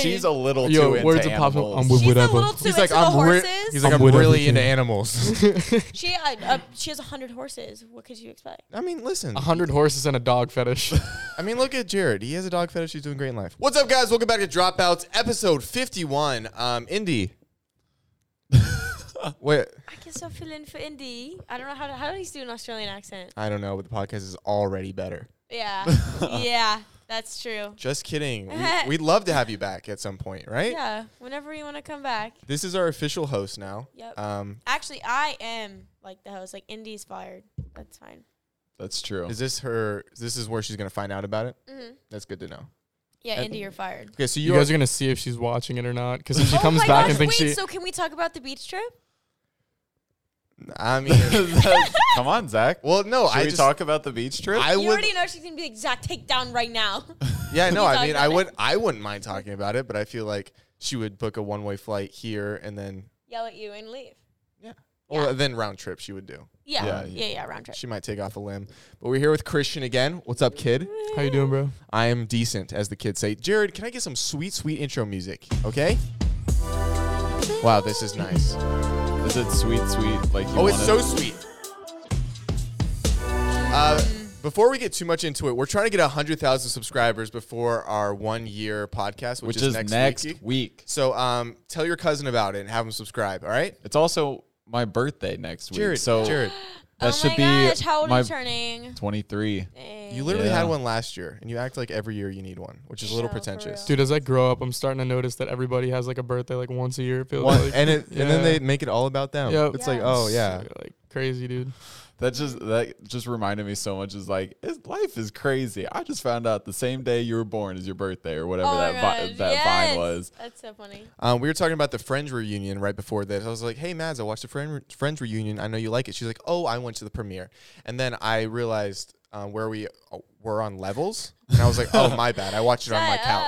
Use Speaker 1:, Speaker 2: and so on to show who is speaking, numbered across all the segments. Speaker 1: She's a little
Speaker 2: Yo,
Speaker 1: too into
Speaker 2: words are popping
Speaker 1: animals.
Speaker 2: up. I'm with
Speaker 3: She's
Speaker 2: whatever.
Speaker 3: a little too
Speaker 4: He's
Speaker 3: into
Speaker 4: like,
Speaker 3: the
Speaker 4: I'm re-
Speaker 3: horses.
Speaker 4: he's like,
Speaker 2: I'm
Speaker 4: I'm,
Speaker 2: with
Speaker 4: really into
Speaker 2: everything.
Speaker 4: animals.
Speaker 3: she, uh, uh, she has hundred horses. What could you expect?
Speaker 4: I mean, listen.
Speaker 2: A hundred horses and a dog fetish.
Speaker 4: I mean, look at Jared. He has a dog fetish. He's doing great in life. What's up, guys? Welcome back to Dropouts, episode 51. Um, Indy. Wait,
Speaker 3: I can still fill in for Indy. I don't know how to, how do you do an Australian accent?
Speaker 4: I don't know, but the podcast is already better.
Speaker 3: Yeah, yeah, that's true.
Speaker 4: Just kidding. We, we'd love to have you back at some point, right?
Speaker 3: Yeah, whenever you want to come back.
Speaker 4: This is our official host now.
Speaker 3: Yep.
Speaker 4: Um,
Speaker 3: Actually, I am like the host. Like Indy's fired. That's fine.
Speaker 1: That's true.
Speaker 4: is this her? This is where she's gonna find out about it.
Speaker 3: Mhm.
Speaker 4: That's good to know.
Speaker 3: Yeah,
Speaker 4: I-
Speaker 3: Indy, you're fired.
Speaker 4: Okay, so you,
Speaker 2: you guys
Speaker 4: are,
Speaker 2: are gonna see if she's watching it or not. Because if she
Speaker 3: oh
Speaker 2: comes
Speaker 3: my
Speaker 2: back
Speaker 3: gosh!
Speaker 2: and thinks
Speaker 3: wait,
Speaker 2: she,
Speaker 3: so can we talk about the beach trip?
Speaker 4: I mean,
Speaker 1: Come on, Zach.
Speaker 4: well, no,
Speaker 1: Should
Speaker 4: I
Speaker 1: we
Speaker 4: just,
Speaker 1: talk about the beach trip?
Speaker 4: I
Speaker 3: you
Speaker 4: would.
Speaker 3: already know she's gonna be like Zach, take down right now.
Speaker 4: Yeah, no,
Speaker 3: you
Speaker 4: I
Speaker 3: talk
Speaker 4: mean,
Speaker 3: about
Speaker 4: I
Speaker 3: it.
Speaker 4: would. I wouldn't mind talking about it, but I feel like she would book a one-way flight here and then,
Speaker 3: Yell at you and leave.
Speaker 4: yeah, or then round trip she would do.
Speaker 3: Yeah,
Speaker 1: Yeah,
Speaker 3: yeah,
Speaker 1: you-
Speaker 3: yeah, round trip.
Speaker 4: She might take off a limb. But we're here with Christian again. What's up, kid?
Speaker 2: how you doing, bro?
Speaker 4: I am decent, as the kids say. Jared, can I get some sweet, sweet intro music? Okay. Wow, this is nice.
Speaker 1: Is it sweet, sweet? Like you
Speaker 4: Oh, it's so
Speaker 1: wanted?
Speaker 4: sweet. Uh, before we get too much into it, we're trying to get 100,000 subscribers before our one year podcast, which,
Speaker 1: which is next,
Speaker 4: week.
Speaker 1: week.
Speaker 4: So um, tell your cousin about it and have him subscribe, all right?
Speaker 1: It's also my birthday next week.
Speaker 4: Jared,
Speaker 1: so
Speaker 4: Jared,
Speaker 1: that
Speaker 3: oh
Speaker 1: should
Speaker 3: my
Speaker 1: be
Speaker 3: gosh, how old are
Speaker 1: my
Speaker 3: you turning?
Speaker 1: 23.
Speaker 3: Dang.
Speaker 4: you literally
Speaker 1: Yeah.
Speaker 4: had one last year, and you act like every year you need one, which is a little
Speaker 3: No, for
Speaker 4: pretentious.
Speaker 3: real.
Speaker 2: Dude, as I grow up, I'm starting to notice that everybody has like a birthday like once a year. It feels
Speaker 4: One-
Speaker 2: like,
Speaker 4: and it, and then
Speaker 2: yeah.
Speaker 4: they make it all about them.
Speaker 2: Yep.
Speaker 4: It's like,
Speaker 3: Yeah.
Speaker 4: oh yeah,
Speaker 2: like crazy, dude.
Speaker 1: That just that just reminded me so much. Is like it's, life is crazy. I just found out the same day you were born is your birthday or whatever
Speaker 3: Oh my
Speaker 1: that vi-
Speaker 3: gosh,
Speaker 1: that
Speaker 3: yes.
Speaker 1: vine was.
Speaker 3: That's so funny.
Speaker 4: Um, we were talking about the Friends reunion right before this. I was like, "Hey, Mads, I watched the Friend, Friends reunion. I know you like it." She's like, "Oh, I went to the premiere," and then I realized uh, where we uh, were on levels, and I was like, "Oh, my bad. I watched it on my
Speaker 3: Shut
Speaker 4: couch,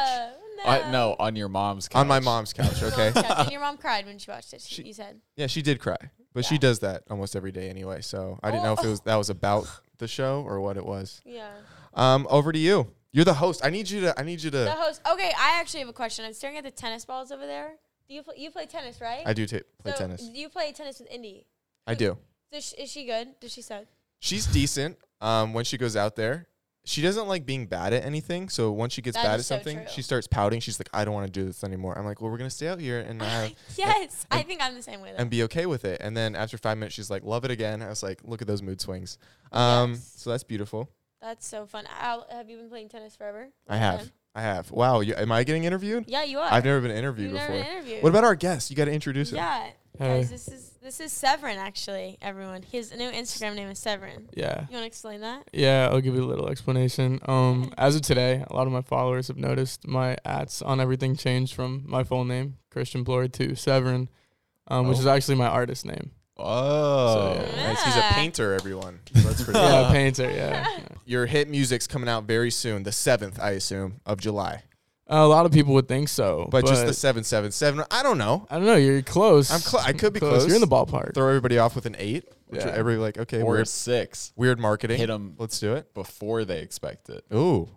Speaker 3: up.
Speaker 1: I, no, on your mom's couch.
Speaker 4: on my mom's couch."
Speaker 3: Your
Speaker 4: Okay,
Speaker 3: mom's couch. and your mom cried when she watched it.
Speaker 4: She-
Speaker 3: you said.
Speaker 4: yeah, she did cry, but she does that almost every day anyway. So I didn't know if it was
Speaker 3: Oh.
Speaker 4: that was about the show or what it was.
Speaker 3: Yeah.
Speaker 4: Um, over to you. You're the host. I need you to. I need you
Speaker 3: The
Speaker 4: to.
Speaker 3: host. Okay, I actually have a question. I'm staring at the tennis balls over there. Do you play, you play tennis, right?
Speaker 4: I do ta- play
Speaker 3: so
Speaker 4: tennis.
Speaker 3: You play tennis with Indy.
Speaker 4: I do.
Speaker 3: So sh- is she good? Does she suck?
Speaker 4: She's decent um, when she goes out there. She doesn't like being bad at anything. So once she gets
Speaker 3: That
Speaker 4: bad at
Speaker 3: is so
Speaker 4: something,
Speaker 3: true.
Speaker 4: she starts pouting. She's like, I don't want to do this anymore. I'm like, well, we're going to stay out here and, have,
Speaker 3: yes, I think I'm the same way. Though.
Speaker 4: and be okay with it. And then after five minutes, she's like, love it again. I was like, look at those mood swings. Um,
Speaker 3: Yes.
Speaker 4: So that's beautiful.
Speaker 3: That's so fun. Al, have you been playing tennis forever?
Speaker 4: I have. I have. Wow. You, am I getting interviewed?
Speaker 3: Yeah, you are.
Speaker 4: I've never been interviewed
Speaker 3: You've never
Speaker 4: before.
Speaker 3: been interviewed.
Speaker 4: What about our guest? You got to introduce him.
Speaker 3: Yeah,
Speaker 2: Hey.
Speaker 3: guys, this is this is Severin actually. Everyone, his new Instagram name is Severin.
Speaker 2: Yeah.
Speaker 3: You want to explain that?
Speaker 2: Yeah, I'll give you a little explanation. Um, as of today, a lot of my followers have noticed my ats on everything changed from my full name, Christian Ploy, to Severin, um, which
Speaker 1: Oh.
Speaker 2: is actually my artist name.
Speaker 1: Oh,
Speaker 2: So, yeah.
Speaker 4: Nice. He's a
Speaker 3: Yeah.
Speaker 4: painter, everyone. That's pretty
Speaker 2: Yeah,
Speaker 4: cool.
Speaker 2: painter, yeah. yeah.
Speaker 4: Your hit music's coming out very soon, the 7th, I assume, of July.
Speaker 2: A lot of people would think so,
Speaker 4: But, just the 777. I don't know.
Speaker 2: I don't know. You're close.
Speaker 4: I'm clo- I could be
Speaker 2: You're in the
Speaker 4: close.
Speaker 2: ballpark.
Speaker 4: throw everybody off with an eight, which
Speaker 2: Yeah.
Speaker 4: everybody like, okay,
Speaker 1: or
Speaker 4: weird,
Speaker 1: six
Speaker 4: weird marketing.
Speaker 1: hit them
Speaker 4: Let's do it.
Speaker 1: before they expect it.
Speaker 4: Ooh,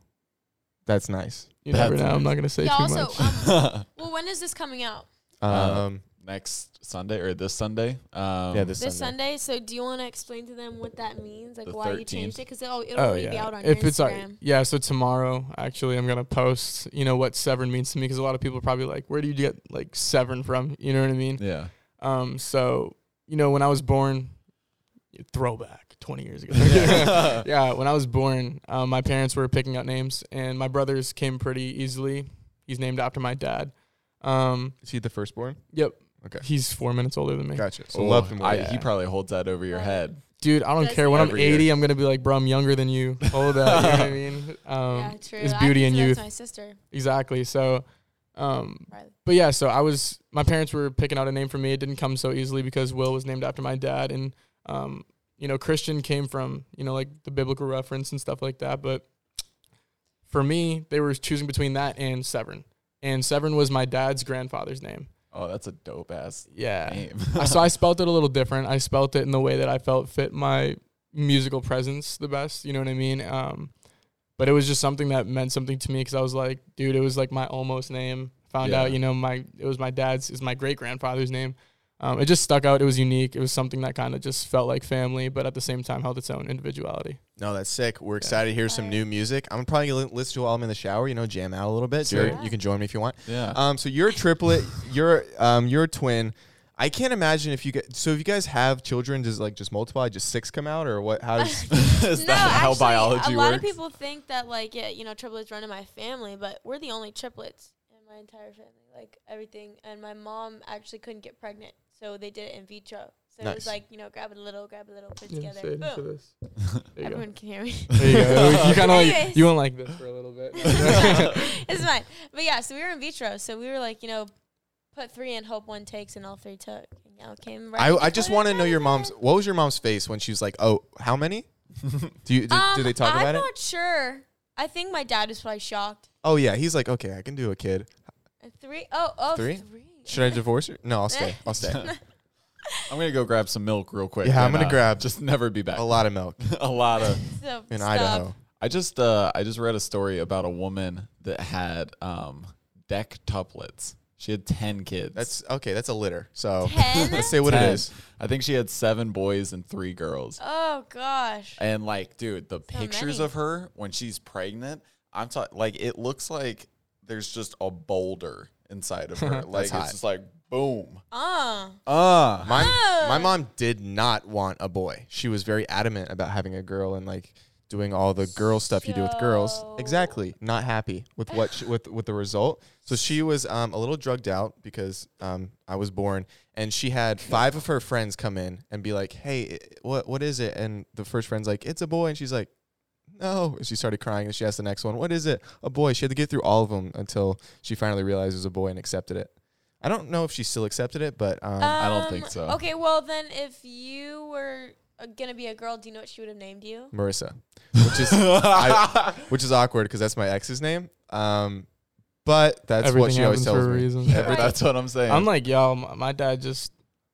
Speaker 4: that's nice.
Speaker 2: you never
Speaker 1: That's
Speaker 2: know. I'm not gonna say
Speaker 3: yeah.
Speaker 2: too
Speaker 3: Also,
Speaker 2: much.
Speaker 3: um, well, when is this coming out?
Speaker 4: Um,
Speaker 1: Next Sunday or this Sunday? Um,
Speaker 4: yeah, this,
Speaker 3: This Sunday.
Speaker 4: Sunday.
Speaker 3: So, do you want to explain to them what that means, like
Speaker 1: The
Speaker 3: why you
Speaker 1: 13th?
Speaker 3: changed it? Because it'll, it'll
Speaker 2: Oh
Speaker 3: already be
Speaker 2: yeah.
Speaker 3: out on
Speaker 2: If
Speaker 3: your
Speaker 2: it's
Speaker 3: Instagram.
Speaker 2: our, yeah, so tomorrow actually I'm gonna post. You know what Severn means to me because a lot of people are probably like, where do you get like Severn from? You know what I mean?
Speaker 1: Yeah.
Speaker 2: Um, so you know when I was born, throwback 20 years ago. yeah, when I was born, um, my parents were picking out names, and my brothers came pretty easily. He's named after my dad. Um,
Speaker 4: Is he the firstborn?
Speaker 2: yep.
Speaker 4: Okay.
Speaker 2: He's four minutes older than me.
Speaker 4: Gotcha. So
Speaker 1: Oh,
Speaker 4: love him.
Speaker 1: I,
Speaker 4: more.
Speaker 1: He probably holds that over your
Speaker 3: Oh.
Speaker 1: head.
Speaker 2: Dude, I don't
Speaker 3: Does
Speaker 2: care. When I'm
Speaker 1: every year.
Speaker 2: 80, I'm gonna be like, bro, I'm younger than you. Hold up. you know what I mean? Um,
Speaker 3: yeah, true.
Speaker 2: It's
Speaker 3: I
Speaker 2: beauty
Speaker 3: can
Speaker 2: and
Speaker 3: say that to
Speaker 2: youth.
Speaker 3: My sister.
Speaker 2: Exactly. So, um,
Speaker 3: Riley.
Speaker 2: but yeah, so I was my parents were picking out a name for me. It didn't come so easily because Will was named after my dad, and um, you know, Christian came from you know like the biblical reference and stuff like that. But for me, they were choosing between that and Severn, and Severn was my dad's grandfather's name.
Speaker 1: Oh, that's a dope ass
Speaker 2: Yeah.
Speaker 1: name.
Speaker 2: I- so I spelt it a little different. I spelt it in the way that I felt fit my musical presence the best. You know what I mean? Um, but it was just something that meant something to me because I was like, dude, it was like my almost name. If Found
Speaker 1: Yeah.
Speaker 2: out, you know, my it was my dad's is my great grandfather's name. Um, it just stuck out. It was unique. It was something that kind of just felt like family, but at the same time held its own individuality.
Speaker 4: No, that's sick. We're excited to hear some new music. I'm probably gonna li- listen to it while I'm in the shower. You know, jam out a little bit.
Speaker 1: Sure.
Speaker 4: Jared, you can join me if you want.
Speaker 1: Yeah.
Speaker 4: Um, so you're a triplet. you're um, you're a twin. I can't imagine if you get so if you guys have children, does like just multiply, just six come out, or what? How does
Speaker 1: Is
Speaker 3: no,
Speaker 1: that how
Speaker 3: actually,
Speaker 1: biology
Speaker 3: a lot
Speaker 1: works?
Speaker 3: of people think that like yeah, you know, triplets run in my family, but we're the only triplets in my entire family, like everything. And my mom actually couldn't get pregnant, so they did it in vitro. So it
Speaker 4: Nice.
Speaker 3: was like you know, grab a little, grab a little, put
Speaker 2: Yeah,
Speaker 3: together,
Speaker 2: say it into
Speaker 3: boom.
Speaker 2: this. There you go.
Speaker 3: Everyone can hear me.
Speaker 2: There you go. You kind of like
Speaker 3: Anyways.
Speaker 2: you went like this for a little bit.
Speaker 3: it's fine. But yeah, so we were in vitro, so we were like, you know, put three in, hope one takes, and all three took. And y'all came right.
Speaker 4: I,
Speaker 3: in
Speaker 4: I just
Speaker 3: between
Speaker 4: want to know your
Speaker 3: us.
Speaker 4: mom's. What was your mom's face when she was like, "Oh, how many?" do you did,
Speaker 3: Um,
Speaker 4: do they talk about
Speaker 3: I'm
Speaker 4: it?
Speaker 3: not sure. I think my dad was probably shocked.
Speaker 4: Oh yeah, he's like, "Okay, I can do a kid."
Speaker 3: And Three, oh, oh,
Speaker 4: Three?
Speaker 3: three.
Speaker 4: Should I divorce her? No, I'll stay. I'll stay.
Speaker 1: I'm gonna go grab some milk real quick.
Speaker 4: Yeah, I'm
Speaker 1: and,
Speaker 4: gonna
Speaker 1: uh,
Speaker 4: grab-
Speaker 1: Just never be back.
Speaker 4: a lot of milk
Speaker 1: a lot of.
Speaker 3: So
Speaker 4: in
Speaker 3: stop.
Speaker 4: Idaho.
Speaker 1: I just uh, I just read a story about a woman that had um, dectuplets. She had ten kids.
Speaker 4: That's okay. That's a litter. So
Speaker 3: Ten?
Speaker 4: let's say what it
Speaker 1: Ten.
Speaker 4: is.
Speaker 1: I think she had seven boys and three girls.
Speaker 3: Oh gosh.
Speaker 1: And like, dude, the pictures
Speaker 3: many.
Speaker 1: of her when she's pregnant, I'm talking like it looks like there's just a boulder inside of her. like
Speaker 4: hot.
Speaker 1: it's just like boom.
Speaker 3: Uh,
Speaker 1: Ah.
Speaker 4: My
Speaker 3: Oh.
Speaker 4: my mom did not want a boy. She was very adamant about having a girl and like doing all the girl stuff you do with girls.
Speaker 3: So-
Speaker 4: Exactly. Not happy with what she, with with the result. So she was um, a little drugged out because um, I was born, and she had five of her friends come in and be like, "Hey, i- what what is it?" And the first friend's like, "It's a boy," and she's like. No, and she started crying, and she asked the next one, "What is it?" A boy. She had to get through all of them until she finally realized it was a boy and accepted it. I don't know if she still accepted it, but um,
Speaker 1: I don't think so.
Speaker 3: Okay, well then, if you were uh, gonna be a girl, do you know what she would have named you?
Speaker 4: Marissa, which is I, which is awkward because that's my ex's name. Um, but that's what
Speaker 2: Everything
Speaker 4: she always
Speaker 2: happens
Speaker 4: tells
Speaker 2: for a
Speaker 4: me.
Speaker 2: reason.
Speaker 1: Yeah,
Speaker 3: Right.
Speaker 1: That's what I'm saying.
Speaker 2: I'm like, yo, my, my dad just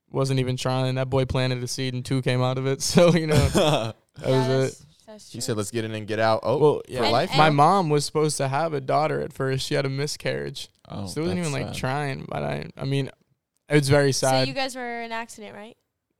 Speaker 2: wasn't even trying. That boy planted a seed and two came out of it. So, you know, that
Speaker 3: yeah,
Speaker 2: was it.
Speaker 3: that's- that's
Speaker 4: She
Speaker 3: true.
Speaker 4: said, "Let's get in and get out." Oh,
Speaker 2: Well, yeah.
Speaker 4: for
Speaker 3: And-
Speaker 4: life.
Speaker 3: and-
Speaker 2: My mom was supposed to have a daughter at first. She had a miscarriage.
Speaker 1: oh,
Speaker 2: so, it wasn't
Speaker 1: that's
Speaker 2: even like
Speaker 1: sad.
Speaker 2: trying. But I, I mean, it's very
Speaker 3: So
Speaker 2: sad.
Speaker 3: you guys were in an accident, right?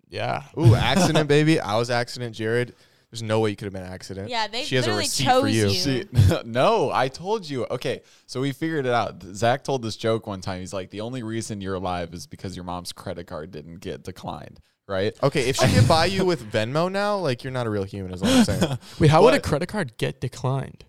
Speaker 2: yeah.
Speaker 4: Ooh, accident, baby. I was accident, Jared. There's no way you could have been an accident.
Speaker 3: Yeah, they
Speaker 4: She has a
Speaker 3: literally
Speaker 4: receipt
Speaker 3: chose
Speaker 4: for you.
Speaker 3: you.
Speaker 1: She, no, I told you. Okay, so we figured it out. Zach told this joke one time. He's like, the only reason you're alive is because your mom's credit card didn't get declined, right?
Speaker 4: Okay, if she can buy you with Venmo now, like you're not a real human, is what I'm saying.
Speaker 2: Wait, how would a
Speaker 1: But-
Speaker 2: credit card get declined?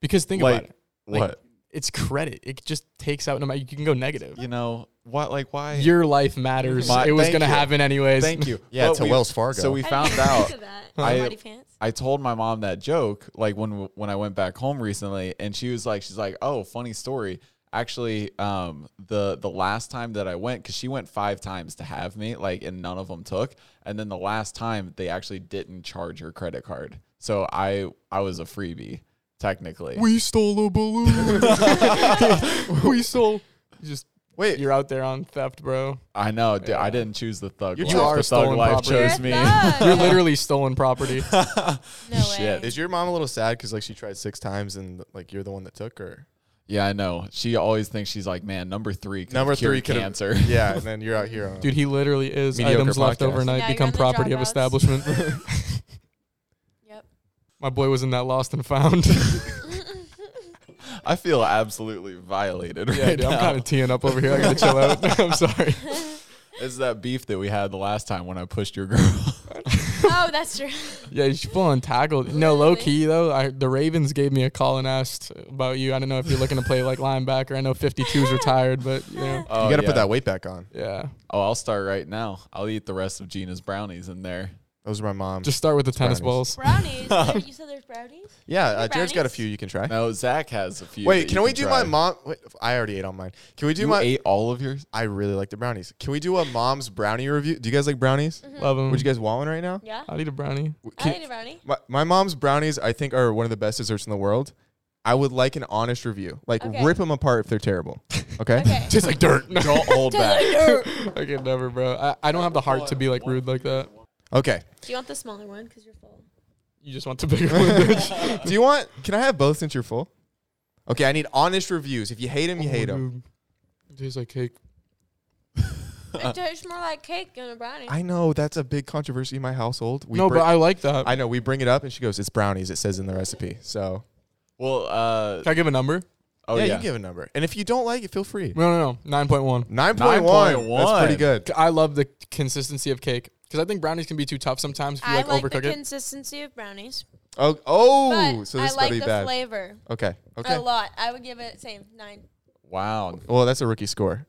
Speaker 2: Because think
Speaker 1: Like,
Speaker 2: about it. Like,
Speaker 1: what?
Speaker 2: It's credit. It just takes out no matter. You can go negative.
Speaker 1: You know what? Like why?
Speaker 2: Your life matters.
Speaker 1: My-
Speaker 2: it was
Speaker 1: thank
Speaker 2: gonna
Speaker 1: you.
Speaker 2: happen anyways.
Speaker 1: Thank you.
Speaker 4: Yeah,
Speaker 1: But
Speaker 4: to
Speaker 1: we-
Speaker 4: Wells Fargo.
Speaker 1: So we
Speaker 3: I
Speaker 1: found
Speaker 3: didn't think
Speaker 1: out.
Speaker 3: of that.
Speaker 1: I-
Speaker 3: Smarty pants.
Speaker 1: I told my mom that joke like when when I went back home recently, and she was like, she's like, oh, funny story. Actually, um, the the last time that I went, because she went five times to have me, like, and none of them took. And then the last time, they actually didn't charge her credit card, so I I was a freebie technically.
Speaker 2: We stole a balloon. we stole. Just
Speaker 4: Wait,
Speaker 2: you're out there on theft, bro.
Speaker 1: I know, dude, I
Speaker 2: Yeah.
Speaker 1: didn't choose the thug.
Speaker 4: You
Speaker 1: life.
Speaker 4: are
Speaker 1: the thug
Speaker 2: stolen
Speaker 1: life
Speaker 2: property.
Speaker 1: chose
Speaker 3: You're a
Speaker 1: me.
Speaker 3: thug.
Speaker 2: You're literally stolen property.
Speaker 3: no
Speaker 1: Shit.
Speaker 3: way.
Speaker 4: is your mom a little sad because like she tried six times and like you're the one that took her?
Speaker 1: yeah, I know. She always thinks she's like, man, number three. could've
Speaker 4: Number three
Speaker 1: cured
Speaker 4: could've-
Speaker 1: cancer.
Speaker 4: Yeah, and then you're out here. On,
Speaker 2: Dude, he literally is
Speaker 4: Mediocre
Speaker 2: items left
Speaker 4: podcast.
Speaker 2: overnight
Speaker 3: Yeah, you're
Speaker 2: become
Speaker 3: on the
Speaker 2: property of
Speaker 3: dropouts.
Speaker 2: establishment.
Speaker 3: Yep.
Speaker 2: My boy was in that lost and found.
Speaker 1: I feel absolutely violated
Speaker 2: yeah,
Speaker 1: right
Speaker 2: dude,
Speaker 1: now.
Speaker 2: I'm kind of teeing up over here. I gotta chill out. I'm sorry.
Speaker 1: It's that beef that we had the last time when I pushed your girl.
Speaker 3: Oh, that's true.
Speaker 2: Yeah, you full on tackled. No, low key though, I, the Ravens gave me a call and asked about you. I don't know if you're looking to play like linebacker. I know 52's retired, but you know,
Speaker 1: Oh,
Speaker 4: you got to
Speaker 1: yeah.
Speaker 4: put that weight back on.
Speaker 2: yeah.
Speaker 1: Oh, I'll start right now. I'll eat the rest of Gina's brownies in there.
Speaker 4: Those are my mom's.
Speaker 2: Just start with the tennis
Speaker 4: brownies.
Speaker 2: balls.
Speaker 3: Brownies. There- you said there's brownies.
Speaker 4: yeah, uh, Jared's got a
Speaker 3: brownies?
Speaker 4: few you can try.
Speaker 1: No, Zach has a few.
Speaker 4: Wait,
Speaker 1: that
Speaker 4: can
Speaker 1: you
Speaker 4: we do my
Speaker 1: try.
Speaker 4: mom? Wait, I already ate on mine. Can we do
Speaker 1: You
Speaker 4: my?
Speaker 1: ate all of yours?
Speaker 4: I really like the brownies. Can we do a mom's brownie review? Do you guys like brownies?
Speaker 2: Love them.
Speaker 4: Would you guys want one right now?
Speaker 3: Yeah.
Speaker 2: I need a brownie.
Speaker 3: Mm-hmm. I
Speaker 4: Can-
Speaker 3: ate a brownie.
Speaker 4: my, my mom's brownies, I think, are one of the best desserts in the world. I would like an honest review. Like, rip 'em
Speaker 3: Okay.
Speaker 4: rip them apart if they're terrible. Okay.
Speaker 3: Okay.
Speaker 2: Tastes like dirt.
Speaker 1: Don't hold back.
Speaker 2: I can never, bro. I, I don't have the heart to be like rude like that.
Speaker 4: Okay.
Speaker 3: Do you want the smaller one? Because you're full.
Speaker 2: You just want the bigger one. bitch.
Speaker 4: do you want? Can I have both since you're full? Okay. I need honest reviews. If you hate them, you hate them.
Speaker 2: tastes like cake.
Speaker 3: It tastes more like cake than a brownie.
Speaker 1: Oh,
Speaker 4: I know that's a big controversy in my household. We
Speaker 2: no,
Speaker 4: bring-
Speaker 2: but I like that.
Speaker 4: I know we bring it up, and she goes, "It's brownies." It says in the recipe. So
Speaker 1: Well, uh,
Speaker 2: Can I give a number?
Speaker 1: oh
Speaker 4: yeah,
Speaker 1: yeah,
Speaker 4: you can give a number, and if you don't like it, feel free.
Speaker 2: No, no, no. Nine point one.
Speaker 4: Nine point one. That's
Speaker 1: 9.1.
Speaker 4: pretty good.
Speaker 2: I love the consistency of cake because I think brownies can be too tough sometimes if you
Speaker 3: I
Speaker 2: like,
Speaker 3: like the
Speaker 2: overcook it.
Speaker 3: consistency of brownies.
Speaker 4: Oh, oh,
Speaker 3: but
Speaker 4: so
Speaker 3: I
Speaker 4: this is
Speaker 3: like
Speaker 4: pretty
Speaker 3: the
Speaker 4: bad.
Speaker 3: flavor
Speaker 4: Okay,
Speaker 3: a
Speaker 4: okay.
Speaker 3: lot. I would give it same nine.
Speaker 1: Wow.
Speaker 4: Well, that's a rookie score.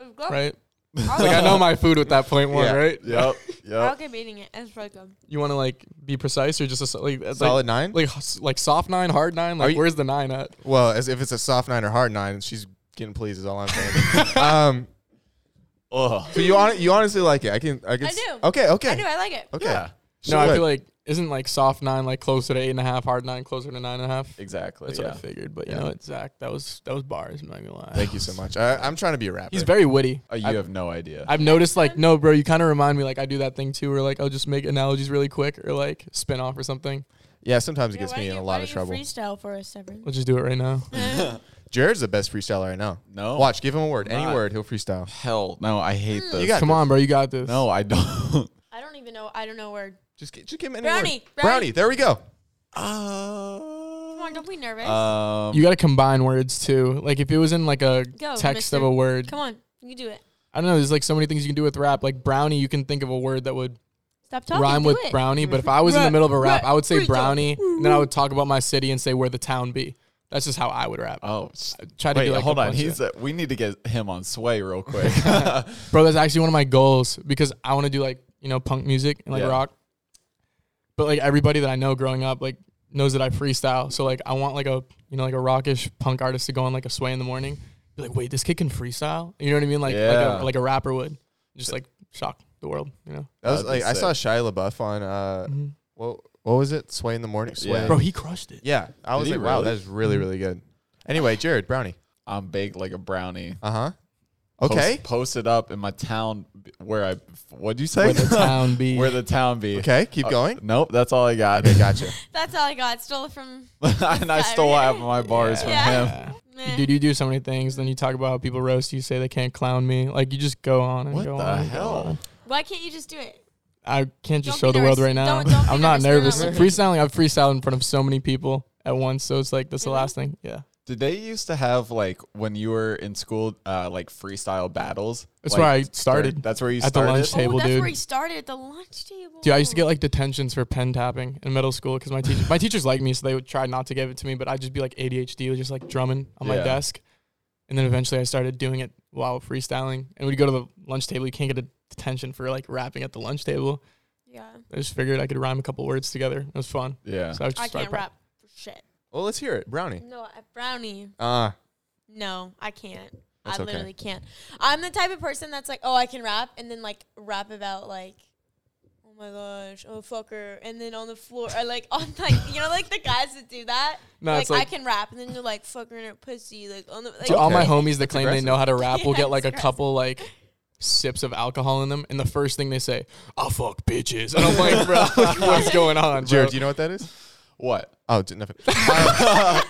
Speaker 3: It's good.
Speaker 2: Right?
Speaker 3: I'll,
Speaker 2: Like I know my food with that point one,
Speaker 4: Yeah.
Speaker 2: right?
Speaker 1: Yep.
Speaker 3: I'll
Speaker 1: Yep.
Speaker 3: keep eating it. It's really good.
Speaker 2: You want to like be precise or just a, so- like it's
Speaker 4: Solid nine.
Speaker 2: like like s- like soft nine, hard nine.
Speaker 4: Are
Speaker 2: Like
Speaker 4: you-
Speaker 2: where's the nine at?
Speaker 4: Well, as if it's a soft nine or hard nine, she's getting pleased. Is all I'm saying. um,
Speaker 1: Ugh.
Speaker 4: so you hon- you honestly like it? I can I can.
Speaker 3: I
Speaker 4: s-
Speaker 3: do.
Speaker 4: Okay, okay,
Speaker 3: I do. I like it.
Speaker 4: okay.
Speaker 1: Yeah.
Speaker 4: So
Speaker 2: no, I
Speaker 4: good.
Speaker 2: feel like isn't like soft nine like closer to eight and a half, hard nine closer to nine and a half.
Speaker 1: Exactly.
Speaker 2: That's
Speaker 1: yeah.
Speaker 2: what I figured. But you
Speaker 4: Yeah.
Speaker 2: know what, Zach, that was that was bars. I'm not gonna lie.
Speaker 4: Thank you so much. I, I'm trying to be a rapper.
Speaker 2: He's very witty.
Speaker 1: Uh, you
Speaker 2: I've,
Speaker 1: have no idea.
Speaker 2: I've noticed like no, bro. You kind of remind me like I do that thing too, where like I'll just make analogies really quick or like spin off or something.
Speaker 4: yeah, sometimes it
Speaker 3: Yeah,
Speaker 4: gets
Speaker 3: why
Speaker 4: me
Speaker 3: don't
Speaker 4: in
Speaker 3: you-
Speaker 4: a
Speaker 3: why
Speaker 4: lot of
Speaker 3: don't
Speaker 4: trouble.
Speaker 3: you Freestyle for us, Severin.
Speaker 2: Let's just do it right now.
Speaker 4: Jared's the best freestyler I know.
Speaker 1: no.
Speaker 4: Watch, give him a word, any
Speaker 1: Not.
Speaker 4: word, he'll freestyle.
Speaker 1: Hell no. I hate this.
Speaker 4: You got
Speaker 2: Come
Speaker 4: this.
Speaker 2: on, bro. You got this.
Speaker 1: no, I don't.
Speaker 3: I don't even know. I don't know where.
Speaker 4: Just, gi- just give him any
Speaker 3: Brownie,
Speaker 4: word.
Speaker 3: brownie.
Speaker 4: There we go.
Speaker 3: Come on,
Speaker 1: Uh,
Speaker 3: don't be nervous.
Speaker 1: um.
Speaker 2: You got to combine words too. Like if it was in like a
Speaker 3: Go,
Speaker 2: text
Speaker 3: mister.
Speaker 2: of a word,
Speaker 3: Come on, you can do it.
Speaker 2: I don't know. There's like so many things you can do with rap. Like brownie, you can think of a word that would
Speaker 3: Stop talking.
Speaker 2: rhyme
Speaker 3: do
Speaker 2: with
Speaker 3: it.
Speaker 2: brownie. But if I was in the
Speaker 3: Ra-
Speaker 2: middle of a rap,
Speaker 3: ra-
Speaker 2: I would say
Speaker 3: freestyle.
Speaker 2: brownie, and then I would talk about my city and say where the town be. That's just how I would rap.
Speaker 1: Oh. s-
Speaker 2: Try to
Speaker 1: Wait,
Speaker 2: do like
Speaker 1: hold
Speaker 2: a
Speaker 1: on.
Speaker 2: bunch of-
Speaker 1: He's. uh, we need to get him on sway real quick.
Speaker 2: Bro, that's actually one of my goals because I want to do like, you know, punk music and like
Speaker 1: Yeah.
Speaker 2: rock. But like everybody that I know growing up like knows that I freestyle. So like I want like a, you know, like a rockish punk artist to go on like a sway in the morning. Be like, "Wait, this kid can freestyle?" You know what I mean? Like like,
Speaker 1: Yeah.
Speaker 2: a, like a rapper would. Just like shock the world, you know.
Speaker 4: That was
Speaker 1: That'd
Speaker 4: like
Speaker 1: be
Speaker 4: I saw Shia LaBeouf on uh, what what was it? Sway in the morning. Sway.
Speaker 1: Yeah.
Speaker 2: Bro, he crushed it.
Speaker 4: Yeah, I
Speaker 1: Did
Speaker 4: was
Speaker 1: he
Speaker 4: like, wow,
Speaker 1: really?
Speaker 4: that is really really good. Anyway, Jared Brownie.
Speaker 1: I'm baked like a brownie.
Speaker 4: Uh huh.
Speaker 1: Post-
Speaker 4: Okay.
Speaker 1: Post, it up in my town b- where I. What'd you say?
Speaker 2: Where the town be.
Speaker 1: Where the town be.
Speaker 4: Okay. Keep
Speaker 1: Uh,
Speaker 4: going.
Speaker 1: Nope, that's all I got.
Speaker 4: Okay, gotcha.
Speaker 3: That's all I got. Stole it from.
Speaker 1: and I stole half of my bars from
Speaker 3: Yeah.
Speaker 1: him.
Speaker 3: Meh.
Speaker 2: Dude, you do so many things. Then you talk about how people roast you, say they can't clown me. Like you just go on and
Speaker 1: What
Speaker 2: go
Speaker 1: the
Speaker 2: on. and go
Speaker 1: hell?
Speaker 2: on.
Speaker 3: Why can't you just do it?
Speaker 2: I can't just
Speaker 3: Don't
Speaker 2: show
Speaker 3: be
Speaker 2: the world
Speaker 3: nervous.
Speaker 2: right now.
Speaker 3: Don't- don't be
Speaker 2: I'm not nervous.
Speaker 3: nervous. They're not
Speaker 2: Freestyling, I've freestyled in front of so many people at once, so it's like that's the
Speaker 3: Really?
Speaker 2: last thing. Yeah,
Speaker 1: Did they used to have like when you were in school, uh, like freestyle battles?
Speaker 2: that's
Speaker 1: Like,
Speaker 2: where I started.
Speaker 1: That's where you
Speaker 2: At the
Speaker 1: started.
Speaker 2: lunch table.
Speaker 3: oh, that's
Speaker 2: dude.
Speaker 3: where he started at the lunch table.
Speaker 2: Dude, I used to get like detentions for pen tapping in middle school because my teacher, my teachers liked me, so they would try not to give it to me. But I'd just be like ADHD, just like drumming on my
Speaker 1: Yeah.
Speaker 2: desk, and then eventually I started doing it while freestyling. And we'd go to the lunch table. You can't get a detention for like rapping at the lunch table.
Speaker 3: Yeah,
Speaker 2: I just figured I could rhyme a couple words together. It was fun.
Speaker 1: Yeah.
Speaker 2: So I, would just
Speaker 3: I
Speaker 2: start
Speaker 3: can't
Speaker 2: pra-
Speaker 3: rap for shit.
Speaker 4: Well, let's hear it, Brownie.
Speaker 3: No, I- brownie.
Speaker 4: Uh
Speaker 3: No, I can't.
Speaker 4: That's
Speaker 3: I
Speaker 4: okay.
Speaker 3: literally can't. I'm the type of person that's like, oh, I can rap, and then like rap about like, oh my gosh, oh fucker, and then on the floor, or like on like you know like the guys that do that.
Speaker 2: No,
Speaker 3: like,
Speaker 2: it's like-
Speaker 3: I can rap, and then you're like fucker and a pussy, like on the like.
Speaker 2: To all my
Speaker 4: Okay.
Speaker 2: homies that claim
Speaker 4: aggressive.
Speaker 2: they know how to rap, we'll
Speaker 3: Yeah,
Speaker 2: get like a
Speaker 3: it's
Speaker 2: couple like sips of alcohol in them, and the first thing they say, "I'll fuck bitches," and I'm like, bro, like, what's going on, bro?
Speaker 4: Jared, do you know what that is?
Speaker 1: What?
Speaker 4: Oh, d- nothing.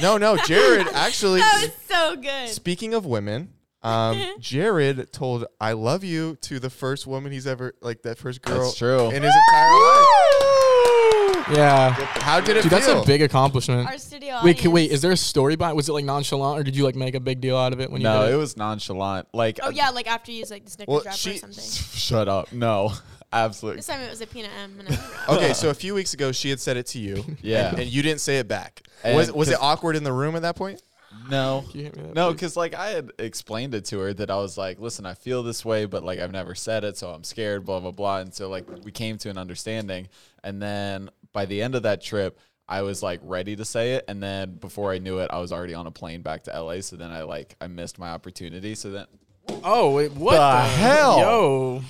Speaker 4: Um, no, no, Jared. Actually,
Speaker 3: that was so good.
Speaker 4: speaking of women, um, Jared told "I love you" to the first woman he's ever like that first girl.
Speaker 1: That's true.
Speaker 4: In his entire life.
Speaker 2: Yeah,
Speaker 4: How did it
Speaker 2: dude,
Speaker 4: feel?
Speaker 2: that's a big accomplishment.
Speaker 3: Our studio.
Speaker 2: Wait, can, wait,
Speaker 3: audience.
Speaker 2: is there a story behind? Was it like nonchalant, or did you like make a big deal out of it when you
Speaker 1: No,
Speaker 2: did
Speaker 1: it
Speaker 2: it?
Speaker 1: was nonchalant. Like,
Speaker 3: Oh yeah, like after you use like the Snickers
Speaker 4: Well,
Speaker 3: wrapper
Speaker 4: she-
Speaker 3: or something.
Speaker 1: shut up. No, absolutely.
Speaker 3: This time it was a peanut M. And a wrap.
Speaker 4: Okay, so a few weeks ago she had said it to you.
Speaker 1: Yeah.
Speaker 4: And, and you didn't say it back.
Speaker 1: And-
Speaker 4: was was it
Speaker 1: 'cause-
Speaker 4: awkward in the room at that point?
Speaker 1: No.
Speaker 2: you hit me that
Speaker 1: No,
Speaker 2: big?
Speaker 1: because like I had explained it to her that I was like, listen, I feel this way, but like I've never said it, so I'm scared, blah, blah, blah. And so like we came to an understanding. And then by the end of that trip, I was like ready to say it. And then before I knew it, I was already on a plane back to LA. So then I like I missed my opportunity. So then
Speaker 2: Oh, wait, what
Speaker 1: The hell?
Speaker 2: Yo,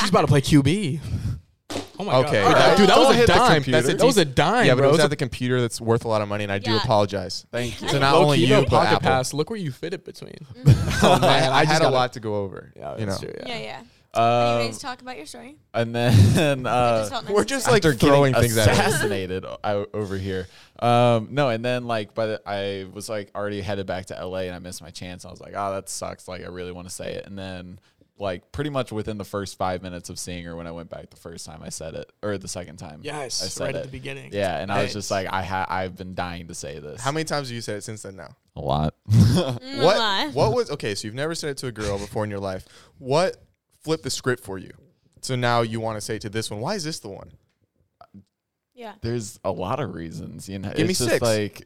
Speaker 2: she's about to play QB. Oh my
Speaker 4: Okay,
Speaker 2: god,
Speaker 4: that-
Speaker 2: dude, that
Speaker 1: Don't
Speaker 2: was a
Speaker 1: hit the
Speaker 2: dime.
Speaker 1: computer.
Speaker 2: That's a- that was a dime,
Speaker 4: yeah, but
Speaker 2: bro.
Speaker 4: it was
Speaker 2: It's
Speaker 4: at the computer that's worth a lot of money, and I do
Speaker 3: Yeah.
Speaker 4: apologize.
Speaker 1: thank you.
Speaker 4: So not
Speaker 2: low-key,
Speaker 4: only
Speaker 2: though,
Speaker 4: you, but
Speaker 2: pocket
Speaker 4: Apple.
Speaker 2: pass. Look where you fit it between.
Speaker 4: I, had- I
Speaker 2: just
Speaker 4: had a
Speaker 2: gotta-
Speaker 4: lot to go over.
Speaker 2: Yeah,
Speaker 4: you know.
Speaker 2: that's true,
Speaker 3: Mm-hmm. yeah, yeah.
Speaker 1: Um,
Speaker 3: Anyways, talk about your story.
Speaker 1: and then
Speaker 3: I
Speaker 1: uh,
Speaker 3: just felt nice
Speaker 4: We're
Speaker 3: to
Speaker 4: just
Speaker 3: say.
Speaker 4: like
Speaker 1: after
Speaker 4: throwing
Speaker 1: getting
Speaker 4: things at us.
Speaker 1: assassinated o- out over here. Um, no, and then like, but I was like already headed back to LA, and I missed my chance. I was like, oh, that sucks. Like, I really want to say it, and then like pretty much within the first five minutes of seeing her when I went back the first time, I said it, or the second time, I
Speaker 2: Yes,
Speaker 1: said
Speaker 2: right at
Speaker 1: it.
Speaker 2: the beginning.
Speaker 1: Yeah, and I was just
Speaker 4: Nice.
Speaker 1: like, I ha- I've been dying to say this.
Speaker 4: How many times have you said it since then? Now,
Speaker 1: A lot.
Speaker 3: Mm, lie.
Speaker 4: what? What was okay? So you've never said it to a girl before in your life. What flipped the script for you? So now you want to say to this one, why is this the one?
Speaker 3: Yeah.
Speaker 1: There's a lot of reasons, you know.
Speaker 4: Give me
Speaker 1: it's just
Speaker 4: six.
Speaker 1: like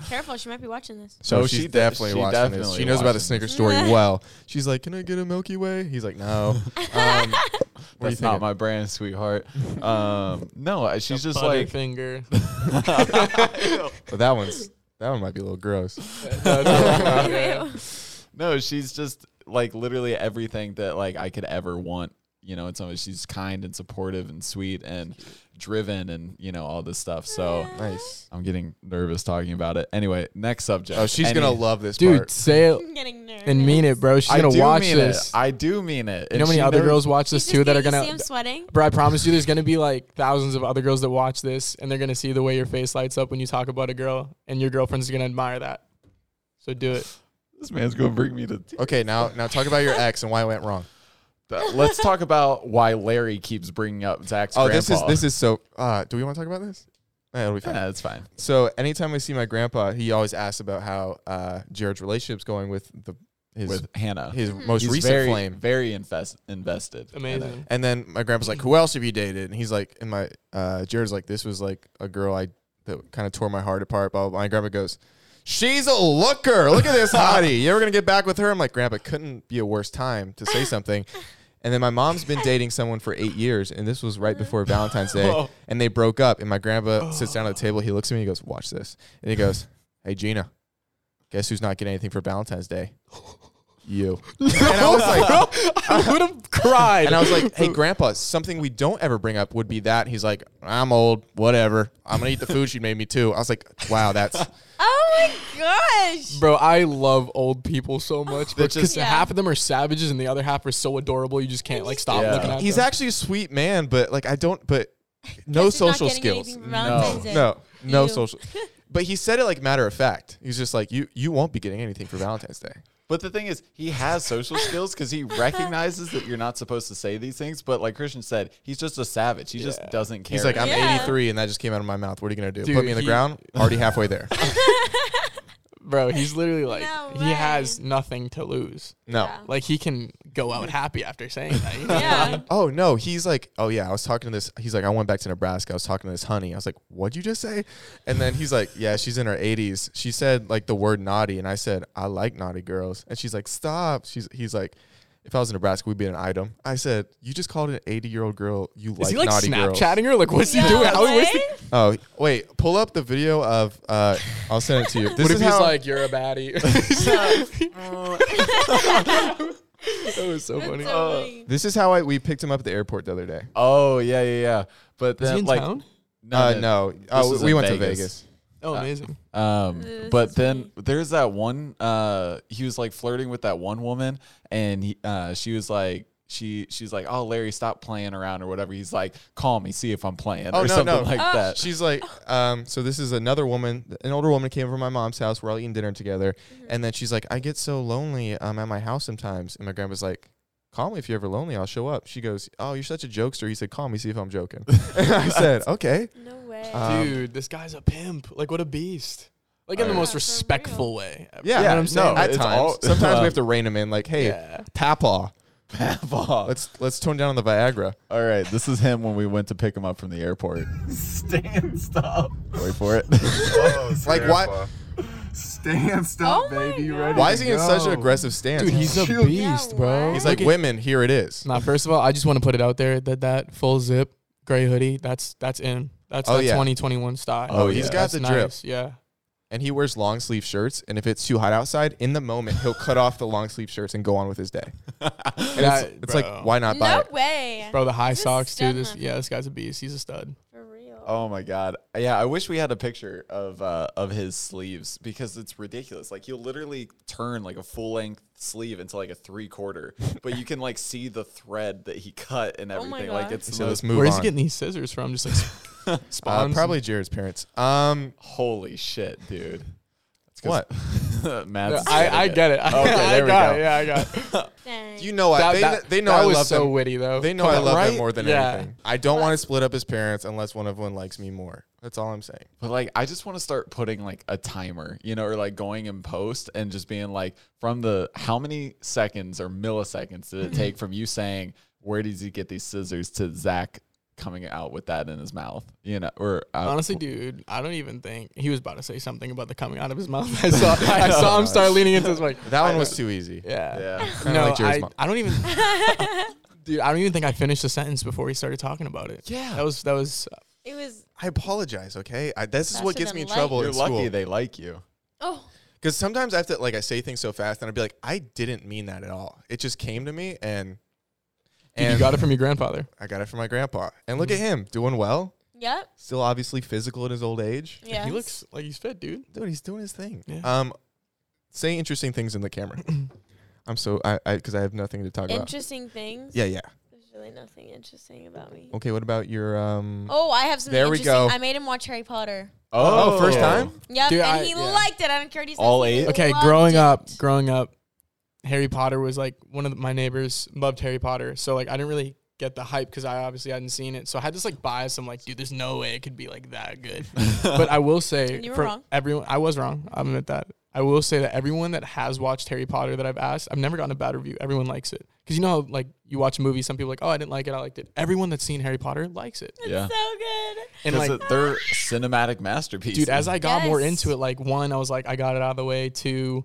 Speaker 3: Careful, she might be watching this.
Speaker 4: So
Speaker 1: No,
Speaker 4: Oh, she's
Speaker 1: she de-
Speaker 4: definitely
Speaker 1: she
Speaker 4: watching this.
Speaker 1: definitely
Speaker 4: She knows about the
Speaker 1: watching
Speaker 4: Snickers
Speaker 1: this.
Speaker 4: story well. She's like, "Can I get a Milky Way?" He's like, "No." Um, what do you
Speaker 1: that's not
Speaker 4: think?
Speaker 1: my brand, sweetheart. Um, no, I- she's just like
Speaker 2: finger.
Speaker 4: But that one's that one might be a little gross. Oh,
Speaker 1: no, she's just like literally everything that like I could ever want. You know, it's always she's kind and supportive and sweet and driven and you know all this stuff. So
Speaker 4: Nice.
Speaker 1: I'm getting nervous talking about it. Anyway, next subject.
Speaker 4: Oh, she's
Speaker 1: Any-
Speaker 4: gonna love this
Speaker 2: Dude,
Speaker 4: part.
Speaker 2: say it
Speaker 3: I'm getting nervous.
Speaker 2: and mean it, bro. She's
Speaker 1: I
Speaker 2: gonna
Speaker 1: do
Speaker 2: watch
Speaker 1: mean
Speaker 2: this.
Speaker 1: It. I do mean it.
Speaker 2: you know how many other girls watch
Speaker 3: She's
Speaker 2: this
Speaker 3: just
Speaker 2: too that are
Speaker 3: kidding. You See
Speaker 2: gonna.
Speaker 3: him sweating.
Speaker 2: Bro, I promise you, there's gonna be like thousands of other girls that watch this, and they're gonna see the way your face lights up when you talk about a girl, and your girlfriend's gonna admire that. So do it.
Speaker 1: This man's gonna bring me to.
Speaker 4: Okay, now now talk about your ex and why it went wrong.
Speaker 1: Let's talk about why Larry keeps bringing up Zach's.
Speaker 4: Oh,
Speaker 1: grandpa.
Speaker 4: this is this is so. Uh, do we want to talk about this? Eh, it'll be fine.
Speaker 1: Yeah, it's fine.
Speaker 4: So anytime I see my grandpa, he always asks about how uh, Jared's relationship's going with the his
Speaker 1: With Hannah,
Speaker 4: his most
Speaker 1: He's
Speaker 4: recent
Speaker 1: very,
Speaker 4: flame.
Speaker 1: very invest, invested. in it.
Speaker 2: Amazing.
Speaker 4: And then my grandpa's like, "Who else have you dated?" And he's like, "And my uh, Jared's like, this was like a girl I that kind of tore my heart apart." Blah blah. blah. My grandpa goes, "She's a looker. Look at this hottie. You ever gonna get back with her?" I'm like, "Grandpa, couldn't be a worse time to say something." And then my mom's been dating someone for eight years, and this was right before Valentine's Day,
Speaker 2: Oh.
Speaker 4: and they broke up. And my grandpa sits down at the table. He looks at me. He goes, "Watch this," and he goes, "Hey Gina, guess who's not getting anything for Valentine's Day? You." and I was like.
Speaker 2: I would have cried.
Speaker 4: And I was like, hey, grandpa, something we don't ever bring up would be that. He's like, I'm old, whatever. I'm going to eat the food she made me too. I was like, wow, that's.
Speaker 3: Oh my gosh.
Speaker 2: Bro, I love old people so much
Speaker 1: They're
Speaker 2: because
Speaker 1: just-
Speaker 3: Yeah.
Speaker 2: half of them are savages and the other half are so adorable you just can't like stop
Speaker 1: Yeah.
Speaker 2: looking at
Speaker 4: He's
Speaker 2: them.
Speaker 4: actually a sweet man, but like, I don't, but
Speaker 3: Guess he's
Speaker 4: no
Speaker 3: not
Speaker 4: social
Speaker 3: getting
Speaker 4: skills.
Speaker 3: anything for Valentine's Day.
Speaker 4: No, no
Speaker 3: Ew.
Speaker 4: social. But he said it like matter of fact. He's just like, you, you won't be getting anything for Valentine's Day.
Speaker 1: But the thing is, he has social skills because he recognizes that you're not supposed to say these things. But like Christian said, he's just a savage. He just doesn't care.
Speaker 4: He's like, I'm
Speaker 3: Yeah.
Speaker 4: 83 and that just came out of my mouth. What are you going to do?
Speaker 2: Dude,
Speaker 4: Put me in the
Speaker 2: he-
Speaker 4: ground? Already halfway there.
Speaker 2: Bro, he's literally like
Speaker 3: No
Speaker 2: he
Speaker 3: way.
Speaker 2: has nothing to lose.
Speaker 4: No.
Speaker 3: Yeah.
Speaker 2: Like he can go out happy after saying that. You know?
Speaker 3: Yeah.
Speaker 4: Oh no, he's like, oh yeah, I was talking to this. He's like, I went back to Nebraska. I was talking to this honey. I was like, what'd you just say? And then he's like, yeah, she's in her 80s. She said like the word naughty, and I said I like naughty girls. And she's like, stop. She's he's like, if I was in Nebraska, we'd be an item. I said, you just called an 80 year old girl. You
Speaker 2: Is
Speaker 4: like,
Speaker 2: he like
Speaker 4: naughty girls?
Speaker 2: Snapchatting her? Like what's
Speaker 3: No
Speaker 2: he doing? How what's the,
Speaker 3: way.
Speaker 4: Oh wait, pull up the video of. uh I'll send it to you. This
Speaker 2: what if
Speaker 4: is
Speaker 2: he's
Speaker 4: how,
Speaker 2: like you're a baddie? that was so funny.
Speaker 3: That's so funny.
Speaker 4: This is how I we picked him up at the airport the other day.
Speaker 1: oh yeah, yeah, yeah. But then
Speaker 2: Is he in
Speaker 1: like,
Speaker 2: town?
Speaker 1: no,
Speaker 4: uh, no,
Speaker 1: This
Speaker 4: oh,
Speaker 1: is
Speaker 4: we
Speaker 1: in
Speaker 4: went to
Speaker 1: Vegas.
Speaker 4: Vegas.
Speaker 2: Oh, amazing.
Speaker 1: Um,
Speaker 3: This
Speaker 1: but
Speaker 3: is
Speaker 1: then there's that one. Uh, he was like flirting with that one woman, and he, uh, she was like, she, she's like, oh Larry, stop playing around or whatever. He's like, call me, see if I'm playing
Speaker 4: Oh,
Speaker 1: or
Speaker 4: no,
Speaker 1: something
Speaker 4: no.
Speaker 1: like
Speaker 3: Ah.
Speaker 1: that.
Speaker 4: She's like, um, so this is another woman, an older woman came over to my mom's house. We're all eating dinner together. And then she's like, I get so lonely um, at my house sometimes. And my grandma's like, call me if you're ever lonely. I'll show up. She goes, oh, you're such a jokester. He said, call me, see if I'm joking. and I said, okay.
Speaker 3: No way.
Speaker 4: Um,
Speaker 2: Dude, this guy's a pimp. Like what a beast. Like in the
Speaker 4: Alright.
Speaker 2: most
Speaker 3: Yeah, for
Speaker 2: respectful way.
Speaker 4: Yeah,
Speaker 2: You know what I'm saying?
Speaker 1: no,
Speaker 4: At
Speaker 1: it's
Speaker 4: times,
Speaker 1: all-
Speaker 4: sometimes we have to rein him in. Like, hey,
Speaker 2: Yeah.
Speaker 4: Papa,
Speaker 1: All
Speaker 4: let's let's tone down on the Viagra.
Speaker 1: right, this is him when we went to pick him up from the airport.
Speaker 5: Stand stop.
Speaker 1: Wait for it.
Speaker 4: Like, why?
Speaker 5: Stand stop,
Speaker 3: Oh my
Speaker 5: baby. You
Speaker 3: God.
Speaker 5: ready?
Speaker 4: Why
Speaker 5: to
Speaker 4: is he in
Speaker 5: go?
Speaker 4: such an aggressive stance?
Speaker 2: Dude, he's a
Speaker 5: Yeah,
Speaker 2: beast, bro.
Speaker 3: what?
Speaker 4: He's like, women, here it is.
Speaker 2: Nah, first of all, I just want to put it out there that that full zip gray hoodie, that's that's in. That's
Speaker 4: Oh,
Speaker 2: the
Speaker 4: yeah.
Speaker 2: 2021 style.
Speaker 1: Oh,
Speaker 4: he's
Speaker 1: yeah.
Speaker 4: got
Speaker 2: That's
Speaker 4: the drip.
Speaker 2: nice. Yeah.
Speaker 4: and he wears long sleeve shirts. And if it's too hot outside, in the moment he'll cut off the long sleeve shirts and go on with his day. And it's-
Speaker 2: That-
Speaker 4: it's,
Speaker 2: bro.
Speaker 4: like why not buy
Speaker 3: No
Speaker 4: it?
Speaker 3: way.
Speaker 2: Bro, the high
Speaker 3: This is
Speaker 2: socks, dude. This
Speaker 3: stud.
Speaker 2: yeah, this guy's a beast. He's a stud.
Speaker 3: For real.
Speaker 1: Oh my god. Yeah, I wish we had a picture of uh of his sleeves because it's ridiculous. Like he'll literally turn like a full length sleeve into like a three quarter, but you can like see the thread that he cut and
Speaker 3: Oh
Speaker 1: everything.
Speaker 3: my
Speaker 1: like
Speaker 3: God.
Speaker 1: it's the
Speaker 4: So let's
Speaker 1: most,
Speaker 4: move
Speaker 2: Where's
Speaker 4: on.
Speaker 2: he getting these scissors from? Just like
Speaker 4: uh,
Speaker 2: spawns.
Speaker 4: probably Jared's parents. Um,
Speaker 1: holy shit, dude. That's 'cause-
Speaker 4: what?
Speaker 2: Yeah,
Speaker 1: Matt's
Speaker 2: I, I get it. I,
Speaker 1: Okay, there we
Speaker 2: got
Speaker 1: go.
Speaker 2: it. Yeah, I got it.
Speaker 3: Dang.
Speaker 4: You know, I,
Speaker 2: That,
Speaker 4: they,
Speaker 2: that-
Speaker 4: they know
Speaker 2: that
Speaker 4: I
Speaker 2: was
Speaker 4: love
Speaker 2: so
Speaker 4: them.
Speaker 2: Whitty though.
Speaker 4: They know
Speaker 1: Come
Speaker 4: I
Speaker 1: on,
Speaker 4: love
Speaker 1: right?
Speaker 4: them more than
Speaker 2: Yeah.
Speaker 4: anything. I don't want to split up his parents unless one of them likes me more. That's all I'm saying.
Speaker 1: But like, I just want to start putting like a timer, you know, or like going in post and just being like, from the how many seconds or milliseconds did it take from you saying, "Where did you get these scissors?" to Zach coming out with that in his mouth, you know, or uh, out-
Speaker 2: Honestly, dude, I don't even think he was about to say something about the coming out of his mouth. I saw, I saw him start leaning into his mic.
Speaker 4: That one was too easy.
Speaker 2: Yeah.
Speaker 1: yeah.
Speaker 4: Kinda
Speaker 2: No,
Speaker 4: like Jerry's
Speaker 2: I,
Speaker 4: mom.
Speaker 2: I don't even, dude. I don't even think I finished the sentence before he started talking about it.
Speaker 1: Yeah.
Speaker 2: that was that was.
Speaker 3: it was.
Speaker 4: I apologize, okay? I, this is
Speaker 3: Faster
Speaker 4: what gets
Speaker 3: than
Speaker 4: me in
Speaker 3: light.
Speaker 4: trouble
Speaker 1: You're
Speaker 4: in
Speaker 1: lucky
Speaker 4: school.
Speaker 1: they like you.
Speaker 3: Oh,
Speaker 4: Because sometimes I have to, like, I say things so fast and I'd be like, I didn't mean that at all. It just came to me and,
Speaker 2: Dude,
Speaker 4: and
Speaker 2: you got it from Mm. your grandfather.
Speaker 4: I got it from my grandpa. And look at him doing well.
Speaker 3: yep.
Speaker 4: Still obviously physical in his old age.
Speaker 3: Yeah.
Speaker 2: He looks like he's fit, dude.
Speaker 4: Dude, he's doing his thing.
Speaker 2: Yeah.
Speaker 4: Um, Say interesting things in the camera. I'm so, I, I, because I have nothing to talk about.
Speaker 3: interesting things.
Speaker 4: Yeah, yeah.
Speaker 3: There's really nothing interesting about me.
Speaker 2: Oh,
Speaker 4: Okay, what about your,
Speaker 2: mm.
Speaker 4: um,
Speaker 3: Oh, I have some.
Speaker 4: There we
Speaker 3: interesting,
Speaker 4: go.
Speaker 3: I made him watch Harry Potter.
Speaker 4: Oh, first time?
Speaker 3: Yep,
Speaker 2: Dude,
Speaker 3: and
Speaker 2: I-
Speaker 3: he
Speaker 2: yeah.
Speaker 3: liked it. I don't care. What he says,
Speaker 1: All
Speaker 3: he
Speaker 1: eight?
Speaker 2: Okay,
Speaker 3: loved
Speaker 2: growing
Speaker 3: it.
Speaker 2: up, growing up, Harry Potter was like one of the- my neighbors loved Harry Potter, so like I didn't really get the hype because I obviously hadn't seen it. So I had this like bias. I'm like, dude, there's no way it could be like that good. but I will say,
Speaker 3: And you were
Speaker 2: for
Speaker 3: wrong.
Speaker 2: everyone, I was wrong. I'll admit that. I will say that everyone that has watched Harry Potter that I've asked, I've never gotten a bad review. Everyone likes it because you know, how, like you watch a movie, some people are like, oh, I didn't like it, I liked it. Everyone that's seen Harry Potter likes it,
Speaker 1: Yeah.
Speaker 3: So good.
Speaker 2: and
Speaker 1: Because
Speaker 2: like
Speaker 1: they're cinematic masterpieces.
Speaker 2: dude as i got more
Speaker 3: Yes.
Speaker 2: into it like one i was like i got it out of the way two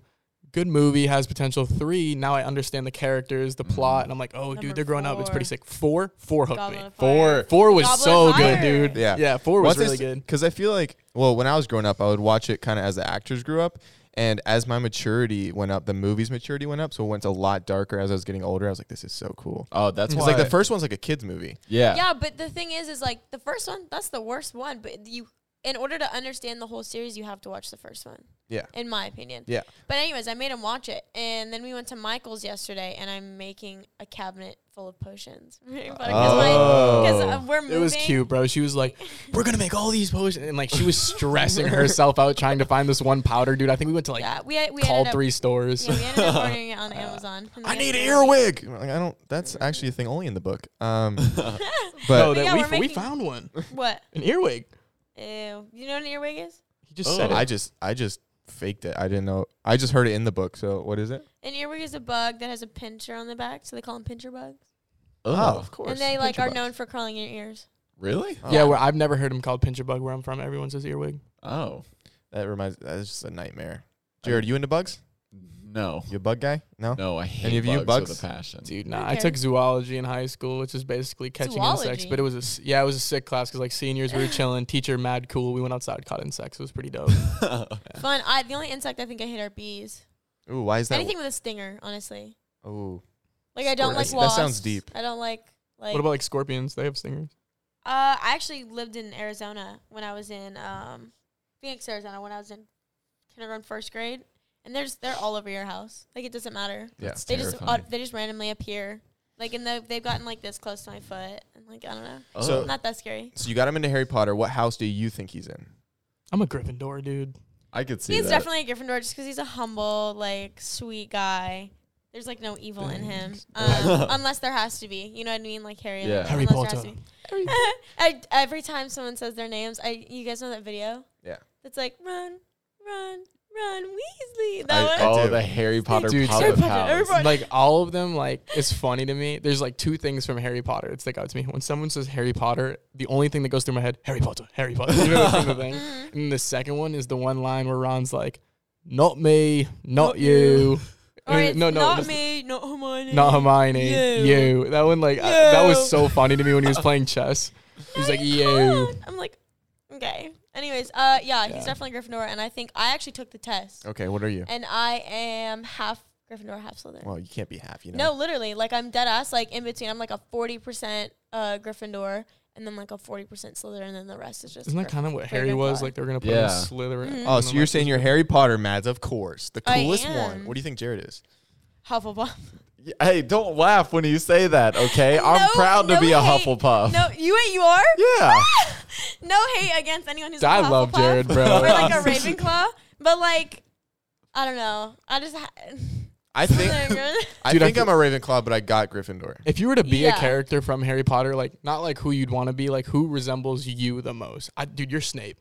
Speaker 2: good movie has potential three now i understand the characters
Speaker 4: Mm-hmm.
Speaker 2: the plot and i'm like oh
Speaker 3: Number
Speaker 2: dude they're growing up it's pretty
Speaker 3: four.
Speaker 2: sick four four hooked
Speaker 3: Goblet
Speaker 2: me
Speaker 3: of Fire.
Speaker 2: four was
Speaker 3: Goblet
Speaker 2: so
Speaker 3: of
Speaker 2: good
Speaker 3: Fire.
Speaker 2: dude
Speaker 4: Yeah.
Speaker 2: yeah four was really good
Speaker 4: Because I feel like, well, when I was growing up, I would watch it kind of as the actors grew up. And as my maturity went up, the movie's maturity went up. So it went a lot darker as I was getting older. I was like, this is so cool.
Speaker 1: oh, that's
Speaker 4: It's
Speaker 1: why.
Speaker 4: like the first one's like a kid's movie.
Speaker 1: Yeah.
Speaker 3: Yeah, but the thing is, is like the first one. That's the worst one. But you, in order to understand the whole series, you have to watch the first one.
Speaker 4: Yeah.
Speaker 3: In my opinion.
Speaker 4: Yeah.
Speaker 3: But anyways, I made him watch it, and then we went to Michael's yesterday, and I'm making a cabinet full of potions. Because uh,
Speaker 1: Oh.
Speaker 3: we're moving.
Speaker 2: it was cute, bro. She was like, "We're gonna make all these potions," and like she was stressing herself out trying to find this one powder, dude. I think we went to like
Speaker 3: Yeah, we had, we
Speaker 2: call
Speaker 3: ended up,
Speaker 2: three stores.
Speaker 3: Yeah, we ended up ordering it on Amazon. and
Speaker 4: Uh, I
Speaker 3: we had
Speaker 4: need an
Speaker 3: to-
Speaker 4: earwig. Like, I don't, that's actually a thing only in the book. Um,
Speaker 2: No,
Speaker 4: but
Speaker 2: that
Speaker 3: yeah,
Speaker 2: we,
Speaker 3: we're
Speaker 2: we
Speaker 3: making-
Speaker 2: found one,
Speaker 3: What?
Speaker 2: an earwig.
Speaker 3: Ew. You know what an earwig is?
Speaker 2: He just said it.
Speaker 4: Oh, I just, I just faked it. I didn't know. I just heard it in the book. So what is it?
Speaker 3: An earwig is a bug that has a pincher on the back, so they call them pincher bugs.
Speaker 1: Oh,
Speaker 4: of
Speaker 3: And they like
Speaker 4: Pincher
Speaker 3: are
Speaker 4: bugs.
Speaker 3: known for curling your ears.
Speaker 1: really?
Speaker 4: Oh,
Speaker 2: Yeah, where I've never heard him called pincher bug where I'm from. Everyone says earwig.
Speaker 1: Oh,
Speaker 4: That reminds, that's just a nightmare. Jared, you into bugs?
Speaker 1: no,
Speaker 4: You a bug guy? No?
Speaker 1: no, I hate
Speaker 4: Any of you
Speaker 1: bugs
Speaker 4: bugs?
Speaker 1: with a passion.
Speaker 2: Dude, nah. I
Speaker 3: Okay.
Speaker 2: took zoology in high school, which is basically catching insects.
Speaker 3: Zoology?
Speaker 2: But it was a s- yeah, it was a sick class because like seniors, we were chilling. Teacher, mad cool. We went outside, caught insects. It was pretty dope.
Speaker 3: Fun. I the only insect I think I hate are bees.
Speaker 4: Ooh, why is that?
Speaker 3: Anything with a stinger, honestly.
Speaker 4: Ooh.
Speaker 3: Like I don't like
Speaker 4: Scorpions.
Speaker 3: wasps.
Speaker 4: That sounds deep.
Speaker 3: I don't like like.
Speaker 2: what about like scorpions? They have stingers.
Speaker 3: Uh, I actually lived in Arizona when I was in um, Phoenix, Arizona, when I was in kindergarten, first grade, and there's they're all over your house. Like it doesn't matter.
Speaker 4: Yeah.
Speaker 1: That's
Speaker 3: they just
Speaker 1: terrifying.
Speaker 3: au- they just randomly appear. Like and the, they've gotten like this close to my foot, and like I don't know,
Speaker 1: Oh,
Speaker 4: So-
Speaker 3: not that scary.
Speaker 4: So you got him into Harry Potter. What house do you think he's in?
Speaker 2: I'm a Gryffindor, dude.
Speaker 1: I could see
Speaker 3: He's
Speaker 1: that.
Speaker 3: definitely a Gryffindor just because he's a humble, like sweet guy. There's like no evil in him, um, unless there has to be. You know what I mean? Like Harry.
Speaker 1: Yeah.
Speaker 3: Like,
Speaker 2: Harry
Speaker 3: unless there has
Speaker 2: Potter.
Speaker 3: to be. I, every time someone says their names, I you guys know that video.
Speaker 4: Yeah.
Speaker 3: That's like run, run, run, Weasley.
Speaker 4: I-
Speaker 3: That one.
Speaker 1: oh,
Speaker 4: do.
Speaker 1: the Harry Potter
Speaker 2: Dude,
Speaker 1: Power
Speaker 2: Harry
Speaker 3: Potter,
Speaker 1: House.
Speaker 3: everybody- Right.
Speaker 2: Like all of them, like it's funny to me. There's like two things from Harry Potter that stick out to me. When someone says Harry Potter, the only thing that goes through my head, Harry Potter, Harry Potter. You know, that's the thing.
Speaker 3: Mm-hmm.
Speaker 2: And the second one is the one line where Ron's like, "Not me, not,
Speaker 3: Not
Speaker 2: you."
Speaker 3: you.
Speaker 2: And
Speaker 3: Or
Speaker 2: it-
Speaker 3: it's
Speaker 2: no, no,
Speaker 3: not
Speaker 2: that's-
Speaker 3: me, not Hermione.
Speaker 2: Not Hermione.
Speaker 3: You.
Speaker 2: You. That one, like, I- that
Speaker 3: You.
Speaker 2: was so funny to me when he was playing chess. He was like, you.
Speaker 3: I'm like, okay. Anyways, uh, yeah,
Speaker 2: Yeah.
Speaker 3: he's definitely Gryffindor, and I think I actually took the test,
Speaker 4: Okay, what are you?
Speaker 3: and I am half Gryffindor, half Slytherin.
Speaker 4: Well, you can't be half, you know.
Speaker 3: No, literally, like I'm dead ass, like in between. I'm like a forty percent uh, Gryffindor and then like a forty percent Slytherin, and then the rest is just.
Speaker 2: Isn't that kind of what Harry
Speaker 3: Gryffindor.
Speaker 2: was? Like they were gonna put
Speaker 1: Yeah.
Speaker 2: him Slytherin.
Speaker 3: Mhm.
Speaker 2: and
Speaker 4: Oh,
Speaker 2: I'm
Speaker 4: so you're
Speaker 2: like,
Speaker 4: saying you're Harry Potter, Mads? Of course, the
Speaker 3: I
Speaker 4: coolest
Speaker 3: am.
Speaker 4: one. What do you think Jared is?
Speaker 3: Hufflepuff.
Speaker 1: Y- Hey, don't laugh when you say that, okay? I'm
Speaker 3: No-
Speaker 1: proud to
Speaker 3: no
Speaker 1: be a
Speaker 3: hate.
Speaker 1: Hufflepuff.
Speaker 3: No, you wait, you are. Ah!
Speaker 1: Yeah.
Speaker 3: no hate against anyone who's.
Speaker 2: I
Speaker 3: a
Speaker 2: love
Speaker 3: Hufflepuff
Speaker 2: Jared, bro.
Speaker 3: Or like a Ravenclaw, but like, I don't know. I just. Ha-
Speaker 4: I think
Speaker 3: Slytherin.
Speaker 4: I
Speaker 2: Dude, I
Speaker 4: think
Speaker 2: feel-
Speaker 4: I'm a Ravenclaw, but I got Gryffindor.
Speaker 2: If you were to be a
Speaker 3: Yeah.
Speaker 2: character from Harry Potter, like not like who you'd want to be, like who resembles you the most? I, dude, you're Snape.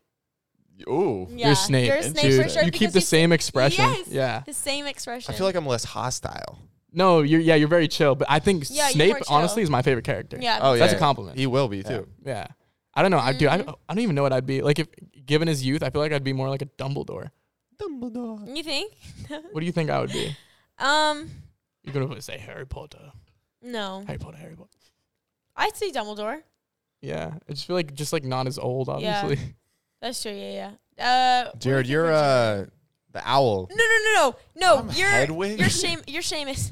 Speaker 1: Ooh.
Speaker 3: yeah,
Speaker 2: you're Snape.
Speaker 3: You're Snape
Speaker 2: dude,
Speaker 3: for sure.
Speaker 2: you keep
Speaker 3: because
Speaker 2: the
Speaker 3: he's-
Speaker 2: same expression.
Speaker 3: Yes.
Speaker 2: Yeah.
Speaker 3: The same expression.
Speaker 4: I feel like I'm less hostile.
Speaker 2: No, you're yeah, you're very chill, but I think
Speaker 3: Yeah, you're
Speaker 2: Snape
Speaker 3: more chill.
Speaker 2: honestly is my favorite character.
Speaker 3: Yeah.
Speaker 4: Oh yeah,
Speaker 2: That's a
Speaker 4: yeah.
Speaker 2: compliment.
Speaker 4: He will be
Speaker 2: Yeah.
Speaker 4: too.
Speaker 2: Yeah. I don't know. I do.
Speaker 3: Mm-hmm.
Speaker 2: I, don't- I don't even know what I'd be like if given his youth. I feel like I'd be more like a Dumbledore.
Speaker 4: Dumbledore.
Speaker 3: You think?
Speaker 2: What do you think I would be?
Speaker 3: um.
Speaker 2: You're gonna say Harry Potter,
Speaker 3: No,
Speaker 2: Harry Potter, Harry Potter.
Speaker 3: I'd say Dumbledore.
Speaker 2: Yeah, I just feel like just like not as old, obviously.
Speaker 3: That's true. Yeah, yeah. Uh,
Speaker 4: Jared, you're uh the owl.
Speaker 3: no, no, no, no, no.
Speaker 1: I'm
Speaker 3: you're
Speaker 1: Hedwig.
Speaker 3: you're Shame. You're Seamus.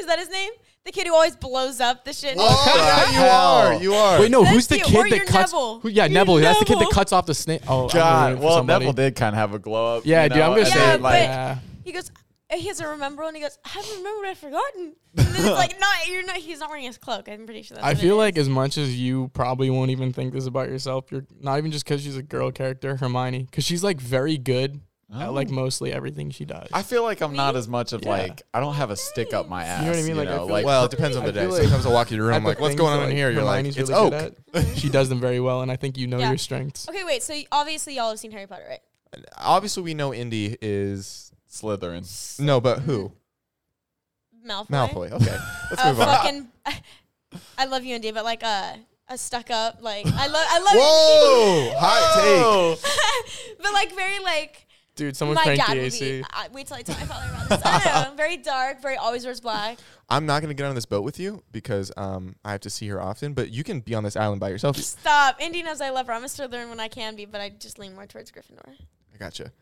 Speaker 3: Is that his name? The kid who always blows up the shit.
Speaker 4: Oh yeah, you
Speaker 1: hell?
Speaker 4: are. You are.
Speaker 2: Wait, no,
Speaker 3: That's
Speaker 2: who's the
Speaker 3: you,
Speaker 2: kid
Speaker 3: or
Speaker 2: that
Speaker 3: you're
Speaker 2: cuts?
Speaker 3: Neville.
Speaker 2: Who, yeah,
Speaker 3: You're
Speaker 2: Neville. That's the kid that
Speaker 3: Neville.
Speaker 2: cuts off the snake. Oh I'm
Speaker 1: God.
Speaker 2: rooting for
Speaker 1: Well,
Speaker 2: somebody.
Speaker 1: Neville did kind of have a glow up.
Speaker 2: Yeah,
Speaker 1: you
Speaker 2: dude,
Speaker 1: know,
Speaker 2: I'm gonna
Speaker 1: and
Speaker 2: say
Speaker 1: then,
Speaker 3: Yeah, but-
Speaker 1: like,
Speaker 2: yeah.
Speaker 3: He goes. uh, He has a remember and he goes. I haven't remembered. I've forgotten. And then it's like, not you're not. He's not wearing his cloak. I'm pretty sure that's.
Speaker 2: I
Speaker 3: what it
Speaker 2: feel
Speaker 3: is.
Speaker 2: like as much as you probably won't even think this about yourself, you're not even just because she's a girl character, Hermione, because she's like very good at
Speaker 3: Oh.
Speaker 2: like mostly everything she does.
Speaker 1: I feel like I'm not as much of
Speaker 2: Yeah.
Speaker 1: like I don't have a stick up my ass.
Speaker 2: know what I mean? Like, I feel like-
Speaker 4: well, it depends on the
Speaker 2: I
Speaker 4: day.
Speaker 2: feel like-
Speaker 4: Sometimes I walk in your room,
Speaker 2: At
Speaker 4: I'm
Speaker 2: the
Speaker 4: like, what's
Speaker 2: things
Speaker 4: going
Speaker 2: that,
Speaker 4: on in
Speaker 2: like,
Speaker 4: here? You're like,
Speaker 2: Hermione's
Speaker 4: it's
Speaker 2: really
Speaker 4: oak.
Speaker 2: good at. she does them very well, and I think you know
Speaker 3: Yeah.
Speaker 2: your strengths.
Speaker 3: Okay, wait. So y- obviously y'all have seen Harry Potter, right?
Speaker 4: Obviously, we know Indy is
Speaker 1: Slytherin.
Speaker 4: no, but who?
Speaker 3: Malfoy.
Speaker 4: Malfoy. Okay, let's
Speaker 3: A
Speaker 4: move on.
Speaker 3: fucking. I love you, Indy, but like a a stuck up. Like I love. I love.
Speaker 4: Whoa, hot
Speaker 1: Oh,
Speaker 3: but like very like.
Speaker 2: Dude, someone
Speaker 3: my
Speaker 2: cranked
Speaker 3: dad
Speaker 2: the
Speaker 3: would
Speaker 2: AC.
Speaker 3: be. I, wait till I tell my father about this. I don't know. Very dark. Very always wears black.
Speaker 4: take. I'm not gonna get on this boat with you because um I have to see her often, but you can be on this island by yourself.
Speaker 3: Stop. Indy knows I love her. I'm a Slytherin when I can be, but I just lean more towards Gryffindor.
Speaker 4: I gotcha.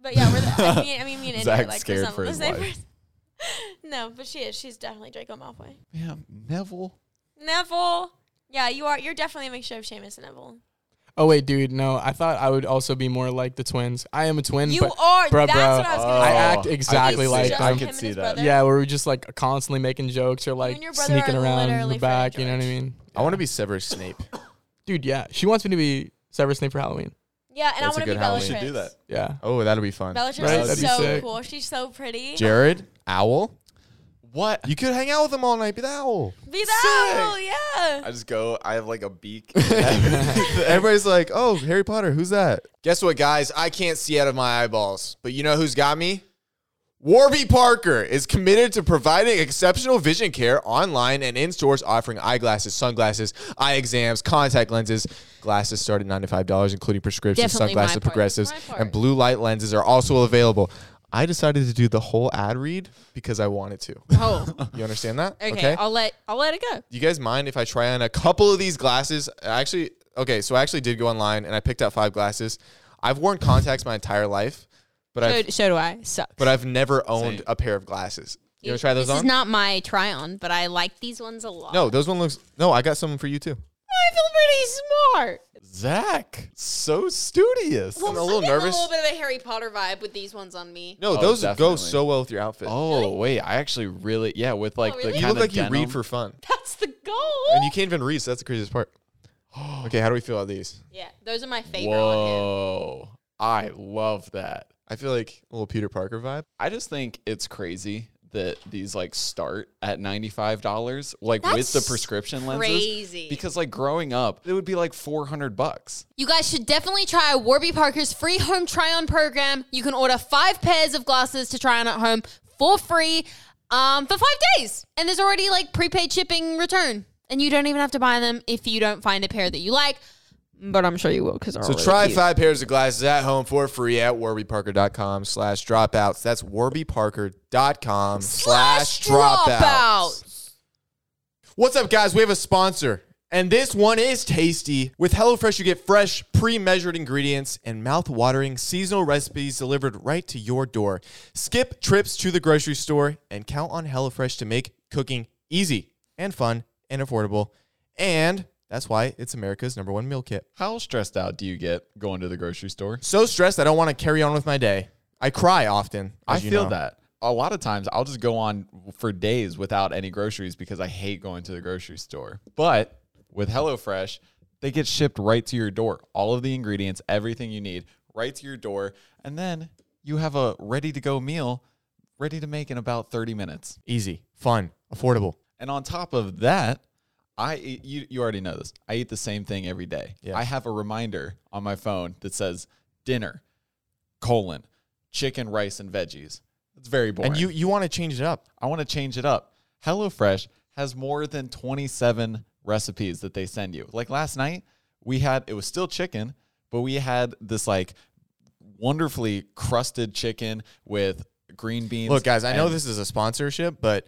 Speaker 3: But yeah, we're. The, I mean, I mean, me and Indy
Speaker 1: Zach's
Speaker 3: are like
Speaker 1: scared
Speaker 3: resemble
Speaker 1: for
Speaker 3: the
Speaker 1: his
Speaker 3: same
Speaker 1: life.
Speaker 3: person. No, but she is. She's definitely Draco Malfoy.
Speaker 1: man, Neville.
Speaker 3: Neville. Yeah, you are. You're definitely a mixture of Seamus and Neville.
Speaker 2: Oh wait, dude, no. I thought I would also be more like the twins. I am a twin.
Speaker 3: You
Speaker 2: but
Speaker 3: are.
Speaker 2: bruh,
Speaker 3: That's
Speaker 2: bruh, uh,
Speaker 3: what I was
Speaker 1: Oh,
Speaker 3: gonna
Speaker 2: I
Speaker 3: say.
Speaker 2: act
Speaker 1: I
Speaker 2: exactly
Speaker 1: could
Speaker 2: like
Speaker 1: see-
Speaker 3: Just
Speaker 1: I
Speaker 2: them.
Speaker 3: him
Speaker 1: could
Speaker 3: and
Speaker 1: see
Speaker 3: his
Speaker 1: that.
Speaker 3: brother.
Speaker 2: Yeah, where we're just like constantly making jokes or like
Speaker 3: and your brother
Speaker 2: sneaking
Speaker 3: are
Speaker 2: around in the
Speaker 3: literally
Speaker 2: back.
Speaker 3: Fred
Speaker 2: You know what I mean?
Speaker 4: I want to be Severus Snape.
Speaker 2: Dude, yeah. She wants me to be Severus Snape for Halloween.
Speaker 3: Yeah, and I
Speaker 4: That's a
Speaker 3: want to be
Speaker 4: good Halloween.
Speaker 3: Bellatrix.
Speaker 1: Should do that.
Speaker 2: Yeah.
Speaker 4: Oh, that'll be fun.
Speaker 3: Bellatrix
Speaker 2: Right?
Speaker 3: is
Speaker 2: That'd be
Speaker 3: so
Speaker 2: sick.
Speaker 3: cool. She's so pretty.
Speaker 4: Jared, owl.
Speaker 1: What?
Speaker 4: You could hang out with him all night. Be the owl.
Speaker 3: be that. owl, Yeah.
Speaker 1: I just go. I have like a beak.
Speaker 4: Everybody's like, oh, Harry Potter, who's that? Guess what, guys? I can't see out of my eyeballs, but you know who's got me? Warby Parker is committed to providing exceptional vision care online and in stores, offering eyeglasses, sunglasses, eye exams, contact lenses. Glasses start at $95, including prescriptions,
Speaker 6: Definitely my
Speaker 4: sunglasses,
Speaker 6: part.
Speaker 4: progressives,
Speaker 6: My part.
Speaker 4: and blue light lenses are also available. I decided to do the whole ad read because I wanted to.
Speaker 6: Oh,
Speaker 4: You understand that?
Speaker 6: okay. I'll let I'll let it go.
Speaker 4: Do you guys mind if I try on a couple of these glasses? I Actually, okay, so I actually did go online and I picked out five glasses. I've worn contacts my entire life, but
Speaker 6: So,
Speaker 4: I've
Speaker 6: so do I. Sucks.
Speaker 4: but I've never owned
Speaker 1: Same.
Speaker 4: a pair of glasses. You wanna try those
Speaker 6: this
Speaker 4: on?
Speaker 6: is not my try on, but I like these ones a lot.
Speaker 4: no, those one looks. No, I got some for you too.
Speaker 6: I feel pretty smart.
Speaker 1: Zach, so studious.
Speaker 4: I'm a little nervous.
Speaker 6: A little bit of a Harry Potter vibe with these ones on me.
Speaker 4: No,
Speaker 1: Oh,
Speaker 4: those go
Speaker 1: definitely.
Speaker 4: so well with your outfit.
Speaker 1: Oh wait, I actually really yeah with like
Speaker 3: Oh,
Speaker 6: really?
Speaker 1: the
Speaker 4: you
Speaker 1: kind
Speaker 4: look
Speaker 1: of
Speaker 4: like
Speaker 1: denim.
Speaker 4: you read for fun,
Speaker 6: That's the goal.
Speaker 4: and you can't even read. So that's the craziest part. okay, how do we feel about these?
Speaker 6: yeah, those are my favorite on him.
Speaker 1: Whoa, I love that.
Speaker 4: I feel like a little Peter Parker vibe.
Speaker 1: I just think it's crazy that these like start at ninety five dollars, like with the
Speaker 6: That's
Speaker 1: prescription lenses.
Speaker 6: Crazy.
Speaker 1: Because like growing up, it would be like four hundred bucks.
Speaker 6: you guys should definitely try Warby Parker's free home try on program. You can order five pairs of glasses to try on at home for free um, for five days. And there's already like prepaid shipping return. And you don't even have to buy them if you don't find a pair that you like. But I'm sure you will because
Speaker 4: So try five pairs of glasses at home for free at warbyparker.com slash dropouts. That's warbyparker.com slash dropouts. What's up, guys? We have a sponsor. And this one is tasty. With HelloFresh, you get fresh, pre measured ingredients and mouth watering seasonal recipes delivered right to your door. Skip trips to the grocery store and count on HelloFresh to make cooking easy and fun and affordable and That's why it's America's number one meal kit.
Speaker 1: How stressed out do you get going to the grocery store?
Speaker 4: So stressed, I don't want to carry on with my day. I cry often.
Speaker 1: I
Speaker 4: as you
Speaker 1: feel
Speaker 4: know.
Speaker 1: that. A lot of times I'll just go on for days without any groceries because I hate going to the grocery store. But with HelloFresh, they get shipped right to your door. All of the ingredients, everything you need, right to your door. And then you have a ready to go meal ready to make in about 30 minutes.
Speaker 4: Easy, fun, affordable.
Speaker 1: And on top of that, I eat, you you already know this. I eat the same thing every day.
Speaker 4: Yes.
Speaker 1: I have a reminder on my phone that says dinner colon chicken rice and veggies. It's very boring.
Speaker 4: And you you want to change it up.
Speaker 1: I want to change it up. HelloFresh has more than 27 recipes that they send you. Like last night, we had it was still chicken, but we had this like wonderfully crusted chicken with green beans.
Speaker 4: Look, guys, I know
Speaker 1: and
Speaker 4: this is a sponsorship, but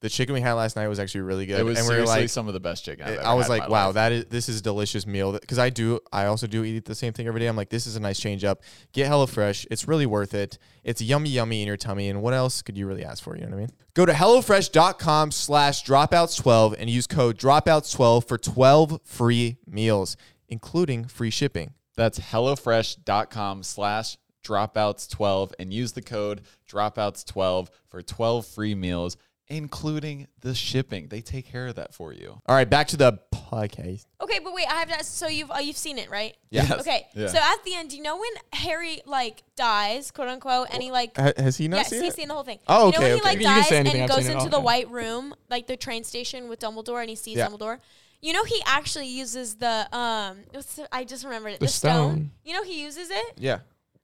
Speaker 4: the chicken we had last night was actually really good.
Speaker 1: It was
Speaker 4: and we were
Speaker 1: seriously
Speaker 4: like,
Speaker 1: some of the best chicken. I've
Speaker 4: I-
Speaker 1: ever
Speaker 4: I was
Speaker 1: had in
Speaker 4: like,
Speaker 1: my
Speaker 4: wow,
Speaker 1: life.
Speaker 4: that is this is a delicious meal because I do I also do eat the same thing every day. I'm like, this is a nice change up. Get HelloFresh. It's really worth it. It's yummy yummy in your tummy. And what else could you really ask for? You know what I mean? Go to HelloFresh.com slash dropouts12 and use code dropouts12 for 12 free meals, including free shipping.
Speaker 1: That's HelloFresh.com slash dropouts12 and use the code dropouts12 for 12 free meals, including the shipping. They take care of that for you.
Speaker 4: All right, back to the podcast.
Speaker 3: Okay, but wait, I have to ask. So you've uh, you've seen it, right?
Speaker 1: Yes.
Speaker 3: Okay.
Speaker 1: Yeah.
Speaker 3: So at the end, do you know when Harry like dies, quote unquote, and he like
Speaker 4: Ha- Has he not
Speaker 3: yes,
Speaker 4: seen
Speaker 3: he's
Speaker 4: it?
Speaker 3: seen the whole thing.
Speaker 4: Oh,
Speaker 3: You know when
Speaker 4: okay,
Speaker 3: he
Speaker 4: okay.
Speaker 3: like
Speaker 2: You can
Speaker 3: dies
Speaker 2: say anything,
Speaker 3: and
Speaker 2: I've
Speaker 3: goes
Speaker 2: seen it
Speaker 3: into
Speaker 2: all,
Speaker 3: the
Speaker 2: yeah.
Speaker 3: white room, like the train station with Dumbledore, and he sees
Speaker 4: Yeah.
Speaker 3: Dumbledore. You know he actually uses the um. What's the, I just remembered it.
Speaker 2: The
Speaker 3: The, stone.
Speaker 2: stone.
Speaker 3: You know he uses it.
Speaker 4: yeah.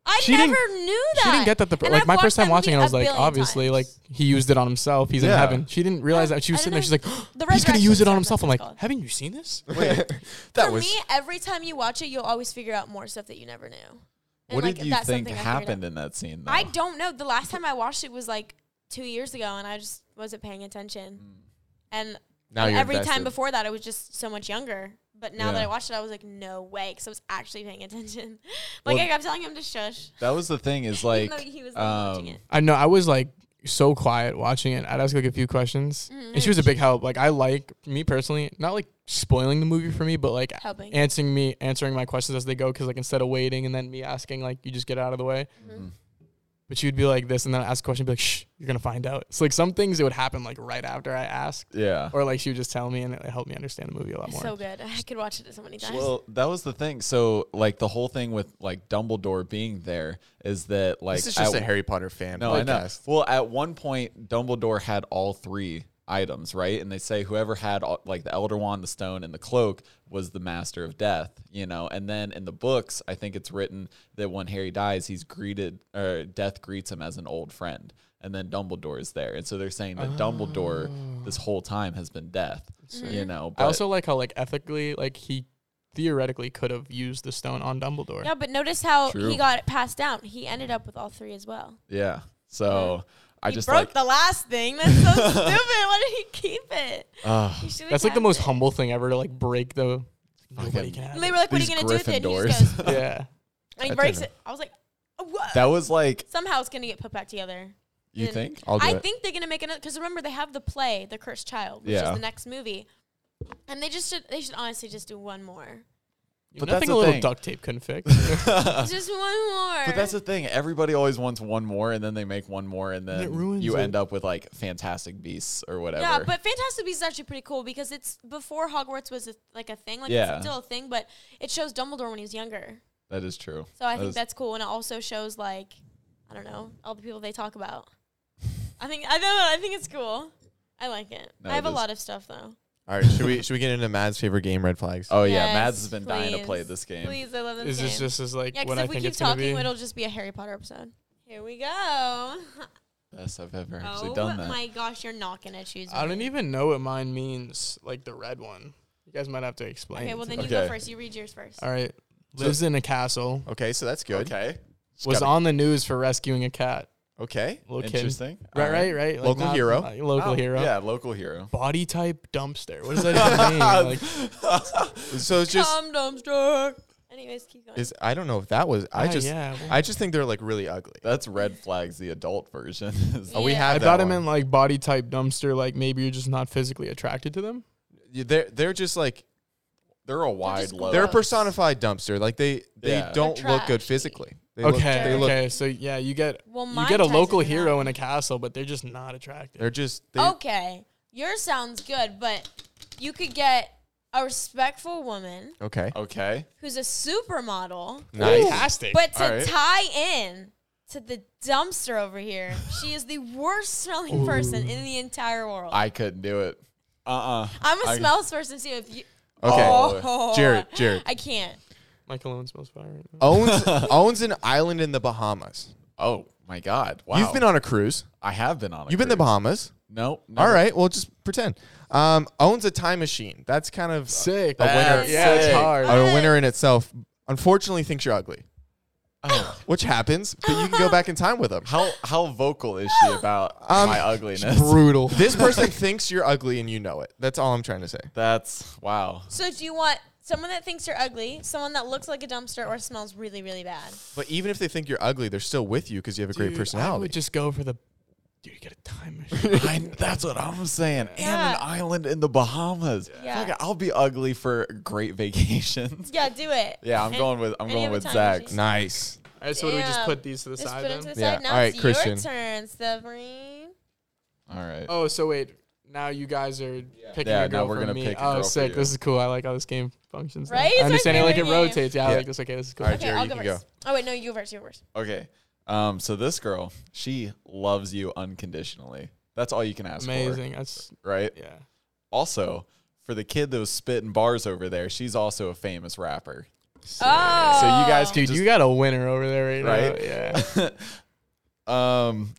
Speaker 3: I
Speaker 2: She
Speaker 3: never
Speaker 2: didn't-
Speaker 3: knew that.
Speaker 2: She didn't get that the
Speaker 3: And
Speaker 2: like
Speaker 3: I've
Speaker 2: my
Speaker 3: watched
Speaker 2: first time
Speaker 3: that
Speaker 2: watching it.
Speaker 3: movie
Speaker 2: I
Speaker 3: a
Speaker 2: was like,
Speaker 3: billion
Speaker 2: obviously,
Speaker 3: times.
Speaker 2: like he used it on himself. He's in
Speaker 1: Yeah.
Speaker 2: heaven. She didn't realize that. She was
Speaker 3: I
Speaker 2: sitting there.
Speaker 3: don't
Speaker 2: She's like, "Oh,
Speaker 3: know. The
Speaker 2: he's gonna
Speaker 3: resurrection
Speaker 2: use it on
Speaker 3: stone,
Speaker 2: himself.
Speaker 3: that's
Speaker 2: I'm
Speaker 3: what
Speaker 2: like,
Speaker 3: it's called.
Speaker 2: haven't you seen this?
Speaker 4: That
Speaker 3: For
Speaker 4: was
Speaker 3: me, every time you watch it, you'll always figure out more stuff that you never knew. And,
Speaker 1: what
Speaker 3: like,
Speaker 1: did you
Speaker 3: that's
Speaker 1: think
Speaker 3: something I figured out.
Speaker 1: happened in that scene? Though?
Speaker 3: I don't know. The last time I watched it was like two years ago, and I just wasn't paying attention.
Speaker 1: Mm.
Speaker 3: And
Speaker 4: now you're
Speaker 3: every time
Speaker 4: invested.
Speaker 3: before that, I was just so much younger. But now that
Speaker 1: Yeah.
Speaker 3: I watched it, I was like, no way, because I was actually paying attention. like
Speaker 1: Well-
Speaker 3: I kept telling him to shush.
Speaker 1: That was the thing is like,
Speaker 3: even though he was like, watching
Speaker 1: um,
Speaker 3: it.
Speaker 2: I know. I was like so quiet watching it. I'd ask like a few questions,
Speaker 3: Mm-hmm.
Speaker 2: and she was a big help. Like I like me personally, not like spoiling the movie for me, but like
Speaker 3: Helping.
Speaker 2: answering me, answering my questions as they go. Because like instead of waiting and then me asking, like you just get out of the way.
Speaker 3: Mm-hmm.
Speaker 2: But she would be like this, and then ask a question, be like, "Shh, you're gonna find out." So like some things it would happen like right after I asked,
Speaker 1: yeah.
Speaker 2: or like she would just tell me, and it helped me understand the movie a lot
Speaker 3: It's
Speaker 2: more.
Speaker 3: so good. I could watch it so many times.
Speaker 1: Well, that was the thing. So, like, the whole thing with like Dumbledore being there is that like
Speaker 4: This is just
Speaker 1: at-
Speaker 4: a Harry Potter fan.
Speaker 1: No, I know.
Speaker 4: podcast.
Speaker 1: Well, at one point, Dumbledore had all three items, right? And they say whoever had all, like the Elder Wand, the Stone, and the Cloak was the Master of Death, you know. And then in the books, I think it's written that when Harry dies, he's greeted, or death greets him as an old friend. And then Dumbledore is there, and so they're saying that Dumbledore this whole time has been death, you know. But
Speaker 2: I also like how like ethically, like he theoretically could have used the stone on Dumbledore.
Speaker 3: yeah, but notice how
Speaker 1: True.
Speaker 3: he got it passed down. He ended up with all three as well.
Speaker 1: yeah, so I
Speaker 3: he
Speaker 1: just
Speaker 3: broke
Speaker 1: like
Speaker 3: the last thing. That's so stupid. Why did he keep it?
Speaker 1: ah,
Speaker 3: He should've
Speaker 2: That's like the
Speaker 3: kept
Speaker 2: most
Speaker 3: it.
Speaker 2: humble thing ever to like break the. Nobody
Speaker 1: Fucking-
Speaker 2: can have
Speaker 3: And they were like, "What are you
Speaker 1: these
Speaker 3: gonna do with it?" And he just
Speaker 1: Gryffindors.
Speaker 3: goes,
Speaker 2: it. Yeah.
Speaker 3: and he
Speaker 4: That
Speaker 3: breaks
Speaker 4: doesn't-
Speaker 3: it. I was like, "Oh, "What?"
Speaker 1: that was like
Speaker 3: Somehow it's gonna get put back together.
Speaker 1: you
Speaker 3: And
Speaker 1: think
Speaker 4: I'll do
Speaker 3: I
Speaker 4: it.
Speaker 3: think they're gonna make another because remember they have the play, The Cursed Child, which
Speaker 1: Yeah.
Speaker 3: is the next movie, and they just should they should honestly just do one more,
Speaker 1: But that's
Speaker 2: Nothing
Speaker 1: the
Speaker 2: a little
Speaker 1: thing.
Speaker 2: duct tape couldn't fix.
Speaker 3: just one more.
Speaker 1: Uh. But that's the thing. Everybody always wants one more, and then they make one more, and then
Speaker 2: it ruins
Speaker 1: you
Speaker 2: it.
Speaker 1: end up with like Fantastic Beasts or whatever.
Speaker 3: yeah, but Fantastic Beasts is actually pretty cool because it's before Hogwarts was a, like a thing, like
Speaker 1: Yeah.
Speaker 3: it's still a thing, but it shows Dumbledore when he's younger.
Speaker 1: that is true.
Speaker 3: So I
Speaker 1: That
Speaker 3: think
Speaker 1: is-
Speaker 3: that's cool, and it also shows like I don't know all the people they talk about. I think I don't know. I think it's cool. I like it.
Speaker 1: No,
Speaker 3: I have
Speaker 1: it
Speaker 3: a
Speaker 1: is.
Speaker 3: lot of stuff though.
Speaker 4: All right, should we should we get into Mad's favorite game, Red Flags?
Speaker 1: Oh yeah,
Speaker 3: Yes,
Speaker 1: Mads has been dying to play
Speaker 3: please.
Speaker 1: this game.
Speaker 3: Please, I love this
Speaker 2: is
Speaker 3: game.
Speaker 2: this just as like
Speaker 3: yeah,
Speaker 2: what
Speaker 3: because
Speaker 2: I
Speaker 3: if we
Speaker 2: think
Speaker 3: keep
Speaker 2: it's gonna
Speaker 3: talking,
Speaker 2: be?
Speaker 3: it'll just be a Harry Potter episode. Here we go.
Speaker 1: Best I've ever actually
Speaker 3: Oh
Speaker 1: done that.
Speaker 3: my gosh, you're not gonna choose.
Speaker 2: I
Speaker 3: me.
Speaker 2: don't even know what mine means. Like the red one. You guys might have to explain.
Speaker 3: Okay,
Speaker 2: it
Speaker 3: well
Speaker 2: to
Speaker 3: then
Speaker 2: me.
Speaker 3: you go
Speaker 1: Okay.
Speaker 3: first. You read yours first.
Speaker 2: All right. Lives in a castle.
Speaker 4: Okay, so that's good.
Speaker 1: Okay, Just
Speaker 2: Was
Speaker 1: gotta-
Speaker 2: on the news for rescuing a cat.
Speaker 4: Okay.
Speaker 2: Little kid.
Speaker 1: interesting.
Speaker 2: Right,
Speaker 1: All
Speaker 2: right, right. Like,
Speaker 4: Local hero.
Speaker 2: not- local
Speaker 1: Oh,
Speaker 2: hero.
Speaker 1: Yeah, local hero.
Speaker 2: Body type dumpster. What does that even mean? Like,
Speaker 4: So it's just
Speaker 3: Tom dumpster. Anyways, keep going.
Speaker 4: is I don't know if that was I
Speaker 2: ah,
Speaker 4: just
Speaker 2: yeah. well-
Speaker 4: I just think they're like really ugly.
Speaker 1: That's red flags. The adult version.
Speaker 4: Oh, we
Speaker 3: Yeah.
Speaker 4: have
Speaker 2: I
Speaker 4: that
Speaker 2: thought I
Speaker 4: one.
Speaker 2: meant like body type dumpster. Like maybe you're just not physically attracted to them.
Speaker 4: You- They're they're just like
Speaker 1: they're a wide
Speaker 3: just
Speaker 1: load.
Speaker 4: They're a
Speaker 3: gross.
Speaker 4: personified dumpster. Like they they
Speaker 1: Yeah. They're
Speaker 4: don't look good
Speaker 3: trashy.
Speaker 4: physically. They look-
Speaker 2: Okay.
Speaker 4: they look.
Speaker 2: okay. So yeah, you get
Speaker 3: Well,
Speaker 2: you
Speaker 3: mine
Speaker 2: get a
Speaker 3: ties
Speaker 2: local
Speaker 3: it in
Speaker 2: hero
Speaker 3: that.
Speaker 2: in a castle, but they're just not attractive.
Speaker 4: They're just. They,
Speaker 3: Okay, yours sounds good, but you could get a respectful woman
Speaker 4: okay.
Speaker 1: okay.
Speaker 3: who's a supermodel,
Speaker 4: Nice.
Speaker 2: Fantastic.
Speaker 3: but to
Speaker 1: All right.
Speaker 3: tie in to the dumpster over here, she is the worst smelling person in the entire world. I,
Speaker 1: I couldn't do it. Uh
Speaker 4: Uh-uh.
Speaker 1: uh
Speaker 3: am a
Speaker 1: I-
Speaker 3: smells person too. If you,
Speaker 4: Okay.
Speaker 3: Oh.
Speaker 4: Jared. Jared
Speaker 3: I can't.
Speaker 2: My cologne smells fire right now.
Speaker 4: owns owns an island in the Bahamas.
Speaker 1: Oh my God. Wow.
Speaker 4: You've been on a cruise.
Speaker 1: I have been on. A
Speaker 4: You've been to the
Speaker 1: cruise.
Speaker 4: Bahamas.
Speaker 1: Nope.
Speaker 4: All
Speaker 1: never.
Speaker 4: right. Well, just pretend. Um, owns a time machine. That's kind of
Speaker 2: Sick.
Speaker 4: A winner.
Speaker 3: That's
Speaker 2: Yeah, it's
Speaker 1: sick.
Speaker 2: hard.
Speaker 4: a winner in itself. Unfortunately, thinks you're ugly,
Speaker 1: Oh.
Speaker 4: which happens. But you can go back in time with them.
Speaker 1: How how vocal is she about
Speaker 4: Um,
Speaker 1: my ugliness?
Speaker 4: Brutal. This person thinks you're ugly and you know it. That's all I'm trying to say.
Speaker 1: That's wow.
Speaker 3: So if you want someone that thinks you're ugly, someone that looks like a dumpster or smells really, really bad.
Speaker 4: But even if they think you're ugly, they're still with you because you have a great
Speaker 2: Dude, I
Speaker 4: personality.
Speaker 2: would just go for the. Dude, you get a time machine.
Speaker 1: I, that's what I'm saying.
Speaker 3: Yeah.
Speaker 1: And an island in the Bahamas.
Speaker 3: Yeah.
Speaker 1: Fuck, I'll be ugly for great vacations.
Speaker 3: Yeah, do it.
Speaker 1: Yeah, I'm
Speaker 3: And-
Speaker 1: going with I'm
Speaker 3: and you
Speaker 1: going
Speaker 3: have a
Speaker 1: with
Speaker 3: time
Speaker 1: Zach.
Speaker 3: machine.
Speaker 4: nice.
Speaker 2: All right, so do we just
Speaker 3: Damn.
Speaker 2: put these to the
Speaker 3: Just
Speaker 2: side
Speaker 3: put it to
Speaker 2: then?
Speaker 3: the
Speaker 4: Yeah.
Speaker 3: side. Now
Speaker 4: All right,
Speaker 3: it's
Speaker 4: Christian.
Speaker 3: your turn, Stephanie.
Speaker 1: All right.
Speaker 2: Oh, so wait. Now you guys are picking
Speaker 1: Yeah,
Speaker 2: a girl
Speaker 1: now we're
Speaker 2: from
Speaker 1: gonna
Speaker 2: me.
Speaker 1: pick a
Speaker 2: oh,
Speaker 1: girl for
Speaker 2: sick.
Speaker 1: you.
Speaker 2: This is cool. I like how this game functions. now.
Speaker 3: Right? It's
Speaker 2: I
Speaker 3: our
Speaker 2: understand. I like it
Speaker 3: favorite game.
Speaker 2: rotates.
Speaker 4: Yeah.
Speaker 2: Yeah, I like this. Okay, this is cool.
Speaker 4: All right,
Speaker 3: Okay,
Speaker 4: Jerry,
Speaker 3: I'll
Speaker 4: you
Speaker 3: go
Speaker 4: can
Speaker 3: first. Oh wait, no, you go first. You go first.
Speaker 1: Okay. Um so this girl, she loves you unconditionally. That's all you can ask
Speaker 2: Amazing. That's
Speaker 1: for, right?
Speaker 2: yeah.
Speaker 1: Also, for the kid that was spitting bars over there, she's also a famous rapper.
Speaker 3: Oh,
Speaker 1: So you guys can
Speaker 2: Dude, you got a winner over there right,
Speaker 1: Right?
Speaker 2: now. Yeah.
Speaker 1: Um,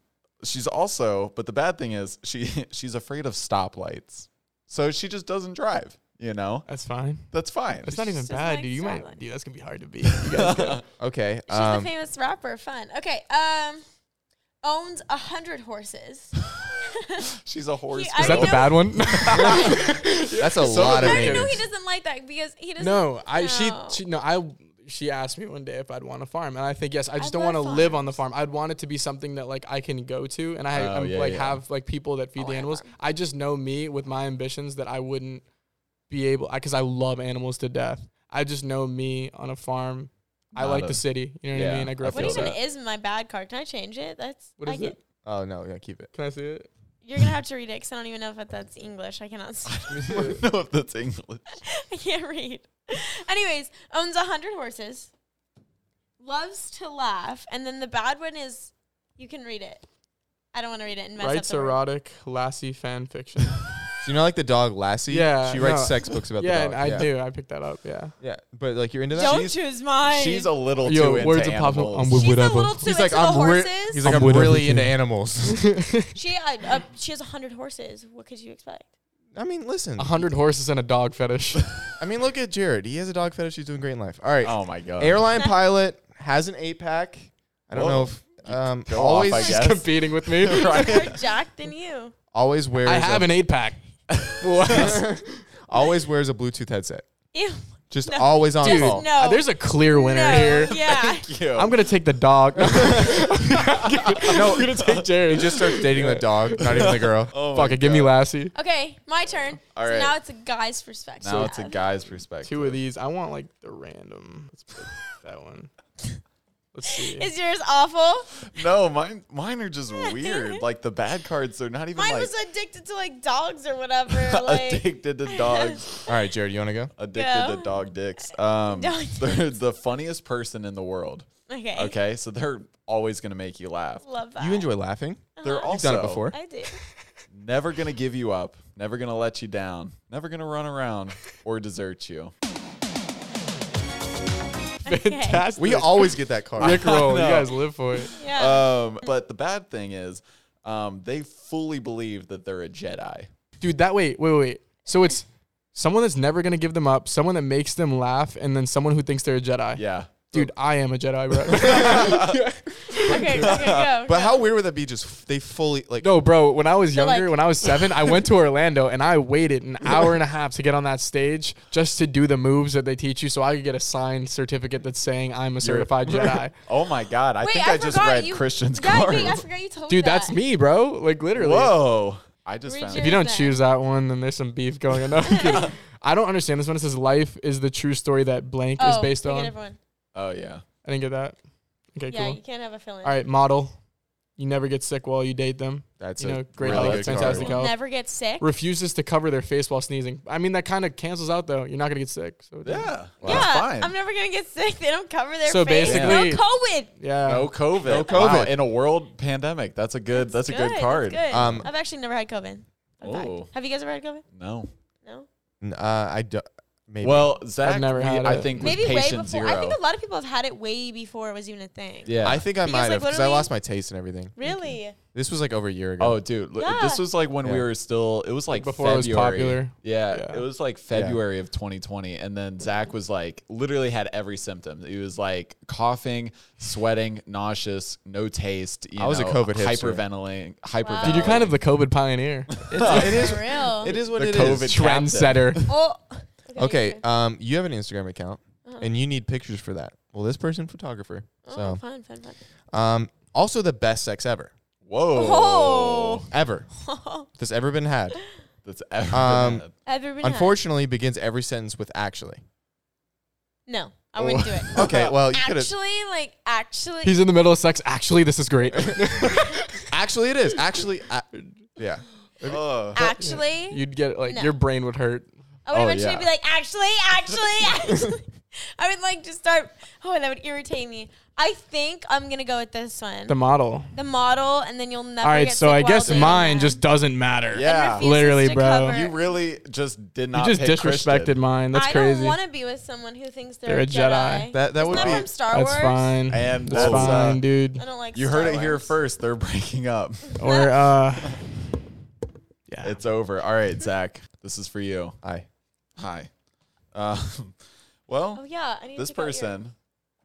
Speaker 1: she's also, but the bad thing is she she's afraid of stoplights, so she just doesn't drive. You know,
Speaker 2: That's fine.
Speaker 1: that's fine.
Speaker 2: That's not even
Speaker 3: doesn't
Speaker 2: bad,
Speaker 3: like
Speaker 2: dude. You might
Speaker 3: silence.
Speaker 2: dude, that's gonna be hard to beat. You guys go.
Speaker 4: Okay.
Speaker 3: she's
Speaker 4: um,
Speaker 3: the famous rapper. Fun. Okay. Um, owns a hundred horses.
Speaker 1: She's a horse.
Speaker 3: I
Speaker 2: Is that
Speaker 1: girl.
Speaker 2: the
Speaker 3: know-
Speaker 2: bad one?
Speaker 4: that's a
Speaker 1: So
Speaker 4: lot of
Speaker 1: I
Speaker 3: I
Speaker 1: mean-
Speaker 3: already know
Speaker 4: names.
Speaker 3: he doesn't like that because he doesn't.
Speaker 2: no, I she
Speaker 3: No.
Speaker 2: she no I she asked me one day if I'd want a farm, and I think yes. I just
Speaker 3: I
Speaker 2: don't want to
Speaker 3: love
Speaker 2: live on the farm. I'd want it to be something that like I can go to, and I
Speaker 1: Oh,
Speaker 2: I'm,
Speaker 1: yeah,
Speaker 2: like
Speaker 1: yeah.
Speaker 2: have like people that feed the animals. Oh, I just know me with my ambitions that I wouldn't be able because I, love animals to death. I just know me on a farm. I
Speaker 1: Not
Speaker 2: like
Speaker 1: a-
Speaker 2: the city. You know what
Speaker 1: yeah,
Speaker 2: I mean? I grew
Speaker 1: I
Speaker 2: up.
Speaker 3: What
Speaker 1: feel
Speaker 2: in
Speaker 3: even
Speaker 1: that.
Speaker 3: is my bad card? Can I change it? That's
Speaker 2: What
Speaker 3: I
Speaker 2: is
Speaker 3: get-
Speaker 2: it?
Speaker 4: Oh no, yeah, keep it.
Speaker 2: Can I see it?
Speaker 3: You're gonna have to read it because I don't even know if that- that's English. I cannot. See.
Speaker 2: Let me see
Speaker 1: I
Speaker 2: it.
Speaker 1: don't know if that's English.
Speaker 3: I can't read. Anyways, owns a hundred horses. Loves to laugh, and then the bad one is you can read it. I don't want to read it and mess up
Speaker 2: Writes
Speaker 3: the word.
Speaker 2: erotic lassie fan fiction.
Speaker 4: So you know, like the dog Lassie.
Speaker 2: Yeah,
Speaker 4: She writes
Speaker 2: no.
Speaker 4: sex books about
Speaker 2: yeah,
Speaker 4: the dog.
Speaker 2: and I
Speaker 4: yeah.
Speaker 2: do. I picked that up. Yeah.
Speaker 4: Yeah, but like you're into that.
Speaker 3: Don't
Speaker 1: She's-
Speaker 3: choose mine.
Speaker 1: She's a little
Speaker 2: Yo,
Speaker 1: too into
Speaker 2: words are popping up.
Speaker 1: animals.
Speaker 2: I'm with-
Speaker 3: She's
Speaker 2: whatever.
Speaker 3: a little too
Speaker 4: he's like
Speaker 3: into the
Speaker 4: I'm. Re-
Speaker 3: horses.
Speaker 4: he's like
Speaker 2: I'm
Speaker 4: I'm,
Speaker 2: with
Speaker 4: really
Speaker 2: everything.
Speaker 4: into animals.
Speaker 3: she uh, uh, she has a hundred horses. What could you expect?
Speaker 4: I mean, listen.
Speaker 2: A hundred horses and a dog fetish.
Speaker 4: I mean, look at Jared. He has a dog fetish. He's doing great in life. All right.
Speaker 1: oh my god.
Speaker 4: Airline pilot has an eight pack. I don't
Speaker 1: Whoa.
Speaker 4: know if um
Speaker 1: Go off,
Speaker 4: always
Speaker 1: I
Speaker 2: Just
Speaker 1: Yes.
Speaker 2: competing with me.
Speaker 3: More jacked than you.
Speaker 4: always wears
Speaker 2: I have
Speaker 4: a,
Speaker 2: an eight pack.
Speaker 4: always wears a Bluetooth headset.
Speaker 3: Ew.
Speaker 4: Just
Speaker 3: No.
Speaker 4: always on
Speaker 2: Dude, uh,
Speaker 4: call.
Speaker 3: No.
Speaker 2: There's a clear winner
Speaker 3: no.
Speaker 2: here.
Speaker 3: Yeah.
Speaker 1: Ew.
Speaker 2: I'm gonna take the dog.
Speaker 4: No,
Speaker 2: I'm gonna take Jared.
Speaker 4: Just starts dating the dog, not even the girl.
Speaker 1: Oh my
Speaker 2: fuck it. Give me
Speaker 1: God.
Speaker 2: Lassie.
Speaker 3: okay, my turn.
Speaker 1: All
Speaker 3: so
Speaker 1: right.
Speaker 3: now it's a guy's perspective.
Speaker 1: Now it's a guy's perspective.
Speaker 2: Two of these. I want like the random. Let's pick that one. Let's see.
Speaker 3: Is yours awful?
Speaker 1: No, mine mine are just weird. Like the bad cards, they're not even
Speaker 3: Mine
Speaker 1: like
Speaker 3: was addicted to like dogs or whatever. like
Speaker 1: addicted to dogs.
Speaker 4: All right, Jared, you want to go?
Speaker 1: addicted
Speaker 3: Go.
Speaker 1: to dog dicks. Um,
Speaker 3: Dog
Speaker 1: they're the funniest person in the world.
Speaker 3: okay.
Speaker 1: Okay, so they're always gonna make you laugh.
Speaker 3: Love that.
Speaker 4: You enjoy laughing?
Speaker 1: They're
Speaker 3: Uh-huh.
Speaker 1: also
Speaker 4: done it before.
Speaker 3: I do.
Speaker 1: never gonna give you up, never gonna let you down, never gonna run around or desert you.
Speaker 3: Okay.
Speaker 2: Fantastic.
Speaker 4: We always get that card.
Speaker 2: Rick roll. You
Speaker 1: know.
Speaker 2: guys live for it.
Speaker 3: Yeah.
Speaker 1: Um, but the bad thing is, um, they fully believe that they're a Jedi.
Speaker 2: dude that wait wait wait so it's someone that's never gonna give them up someone that makes them laugh and then someone who thinks they're a jedi
Speaker 1: Yeah,
Speaker 2: dude i am a jedi bro
Speaker 3: okay. Okay. Go.
Speaker 4: But how weird would that be? Just f- they fully like.
Speaker 2: no bro when i was
Speaker 3: So,
Speaker 2: younger
Speaker 3: like-
Speaker 2: when i was seven i went to orlando and i waited an hour and a half to get on that stage just to do the moves that they teach you so i could get a signed certificate that's saying i'm a certified jedi
Speaker 1: Oh my god, I
Speaker 3: Wait,
Speaker 1: think I, just
Speaker 3: forgot
Speaker 1: read
Speaker 3: you-
Speaker 1: Christian's
Speaker 3: yeah,
Speaker 1: cards.
Speaker 3: Wait, I forgot you told me
Speaker 2: dude
Speaker 3: that.
Speaker 2: that's me bro like literally
Speaker 1: Whoa. I just
Speaker 3: Read
Speaker 1: found
Speaker 3: your-
Speaker 2: if you don't
Speaker 3: That.
Speaker 2: choose that one then there's some beef going on No, I'm kidding. I don't understand this one. It says life is the true story that blank is
Speaker 3: Oh,
Speaker 2: based
Speaker 3: I get
Speaker 2: on.
Speaker 3: everyone.
Speaker 1: Oh yeah.
Speaker 2: I didn't get that. Okay,
Speaker 3: Yeah,
Speaker 2: cool.
Speaker 3: you can't have a feeling.
Speaker 2: All right, model. You never get sick while you date them.
Speaker 4: That's
Speaker 2: you
Speaker 4: a
Speaker 2: know, great
Speaker 4: really
Speaker 1: health,
Speaker 4: good
Speaker 2: fantastic
Speaker 4: card.
Speaker 2: health.
Speaker 3: We'll never get sick.
Speaker 2: Refuses to cover their face while sneezing. I mean, that kind of cancels out though. You're not gonna get sick. So it doesn't-
Speaker 1: Yeah.
Speaker 3: yeah,
Speaker 1: That's fine.
Speaker 3: I'm never gonna get sick. They don't cover their
Speaker 2: So
Speaker 3: face.
Speaker 2: basically-
Speaker 3: no COVID.
Speaker 2: yeah.
Speaker 1: no COVID.
Speaker 4: Uh, No
Speaker 1: Wow,
Speaker 4: COVID.
Speaker 1: in a world pandemic, that's a good. That's, a good, card.
Speaker 3: that's good.
Speaker 4: Um,
Speaker 3: I've actually never had COVID. Fun fact.
Speaker 1: Oh.
Speaker 3: Have you guys ever had COVID?
Speaker 1: No.
Speaker 3: No.
Speaker 4: N- Uh, I do, maybe.
Speaker 1: Well, Zach,
Speaker 2: never
Speaker 1: we-
Speaker 2: had
Speaker 1: I
Speaker 2: it.
Speaker 1: think was
Speaker 3: Maybe way
Speaker 1: patient
Speaker 3: before.
Speaker 1: zero.
Speaker 3: I think a lot of people have had it way before it was even a thing.
Speaker 1: yeah.
Speaker 4: I think I
Speaker 3: Because,
Speaker 4: might
Speaker 3: like,
Speaker 4: have because I
Speaker 3: literally-
Speaker 4: lost my taste and everything.
Speaker 3: Really?
Speaker 4: This was like over a year ago.
Speaker 1: Oh, dude, look,
Speaker 3: Yeah.
Speaker 1: this was like when we
Speaker 4: Yeah.
Speaker 1: were still. It was like
Speaker 2: Before it was
Speaker 1: February.
Speaker 2: popular.
Speaker 1: Yeah,
Speaker 2: Yeah.
Speaker 1: it was like February of 2020, and then Zach was like literally had every symptom. He was like coughing, sweating, nauseous, no taste. You
Speaker 4: I was a
Speaker 1: know,
Speaker 4: COVID hipster.
Speaker 1: hyperventilating. Hyperventilating.
Speaker 2: Dude, you're kind of the COVID pioneer,
Speaker 4: It's- it is.
Speaker 3: For real.
Speaker 4: It is what
Speaker 1: The
Speaker 4: it is.
Speaker 1: COVID
Speaker 2: trendsetter.
Speaker 3: Oh.
Speaker 4: Okay.
Speaker 3: you're-
Speaker 4: Um, you have an Instagram account, and you need pictures for that. Well, this person photographer.
Speaker 3: oh, fun, fun, fun.
Speaker 4: So, um, also the best sex ever,
Speaker 1: Whoa.
Speaker 3: Oh.
Speaker 4: ever that's ever been had.
Speaker 1: That's ever.
Speaker 4: Um,
Speaker 1: been
Speaker 3: Ever been had?
Speaker 4: Unfortunately, begins every sentence with actually.
Speaker 3: No, I wouldn't do it.
Speaker 4: Okay. Well, you could have.
Speaker 3: Actually, like actually,
Speaker 2: He's in the middle of sex. Actually, this is great.
Speaker 4: Actually, it is. Actually, I- yeah.
Speaker 1: Uh.
Speaker 3: actually,
Speaker 2: You'd get like
Speaker 3: No.
Speaker 2: your brain would hurt.
Speaker 3: I would
Speaker 1: Oh,
Speaker 3: eventually
Speaker 1: yeah.
Speaker 3: be like, actually, actually, actually. I would like to start. Oh, that would irritate me. I think I'm gonna go with this one.
Speaker 2: The
Speaker 3: The,
Speaker 2: model.
Speaker 3: model, and then you'll never.
Speaker 2: All right,
Speaker 3: get
Speaker 2: so
Speaker 3: sick
Speaker 2: I
Speaker 3: while
Speaker 2: guess
Speaker 3: doing
Speaker 2: mine
Speaker 3: that.
Speaker 2: just doesn't matter.
Speaker 1: Yeah.
Speaker 3: And refuses
Speaker 2: Literally,
Speaker 3: to
Speaker 2: bro.
Speaker 3: cover-
Speaker 1: You really just did
Speaker 2: You
Speaker 1: not.
Speaker 2: just
Speaker 1: pick
Speaker 2: disrespected
Speaker 1: Christian.
Speaker 2: mine. That's
Speaker 3: I
Speaker 2: crazy.
Speaker 3: don't want to be with someone who thinks they're,
Speaker 2: They're
Speaker 3: a
Speaker 2: a Jedi.
Speaker 3: Jedi.
Speaker 4: That that
Speaker 3: Isn't
Speaker 4: would
Speaker 3: that
Speaker 4: be.
Speaker 3: from Star
Speaker 2: That's
Speaker 3: Wars?
Speaker 2: fine.
Speaker 1: And
Speaker 2: That's
Speaker 1: that's, uh,
Speaker 2: fine, dude.
Speaker 3: I don't like.
Speaker 1: You
Speaker 3: Star
Speaker 1: heard it here
Speaker 3: Wars.
Speaker 1: first. They're breaking up.
Speaker 2: Or uh, yeah.
Speaker 1: It's over. All right, Zach. This is for you.
Speaker 4: Hi.
Speaker 1: Hi. Um, well,
Speaker 3: Oh yeah, I need
Speaker 1: this
Speaker 3: to go here.
Speaker 1: person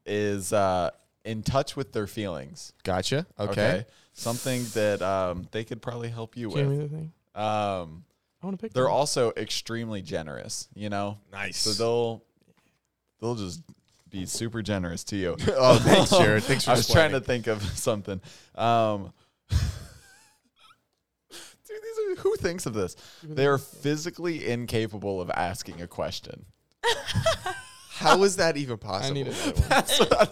Speaker 1: is uh, in touch with their feelings.
Speaker 4: Gotcha. Okay.
Speaker 1: Okay. Something that um, they could probably help you
Speaker 2: Give me
Speaker 1: with.
Speaker 2: the thing.
Speaker 1: Um,
Speaker 2: I want to pick.
Speaker 1: they're
Speaker 2: one.
Speaker 1: also extremely generous, you know?
Speaker 4: Mm-hmm. Nice.
Speaker 1: So they'll they'll just be super generous to you.
Speaker 4: oh, thanks, Jared. Thanks for
Speaker 1: I was trying to think of something. Um, dude, these are, who thinks of this? They are physically incapable of asking a question.
Speaker 4: How is that even possible?
Speaker 2: I need another one.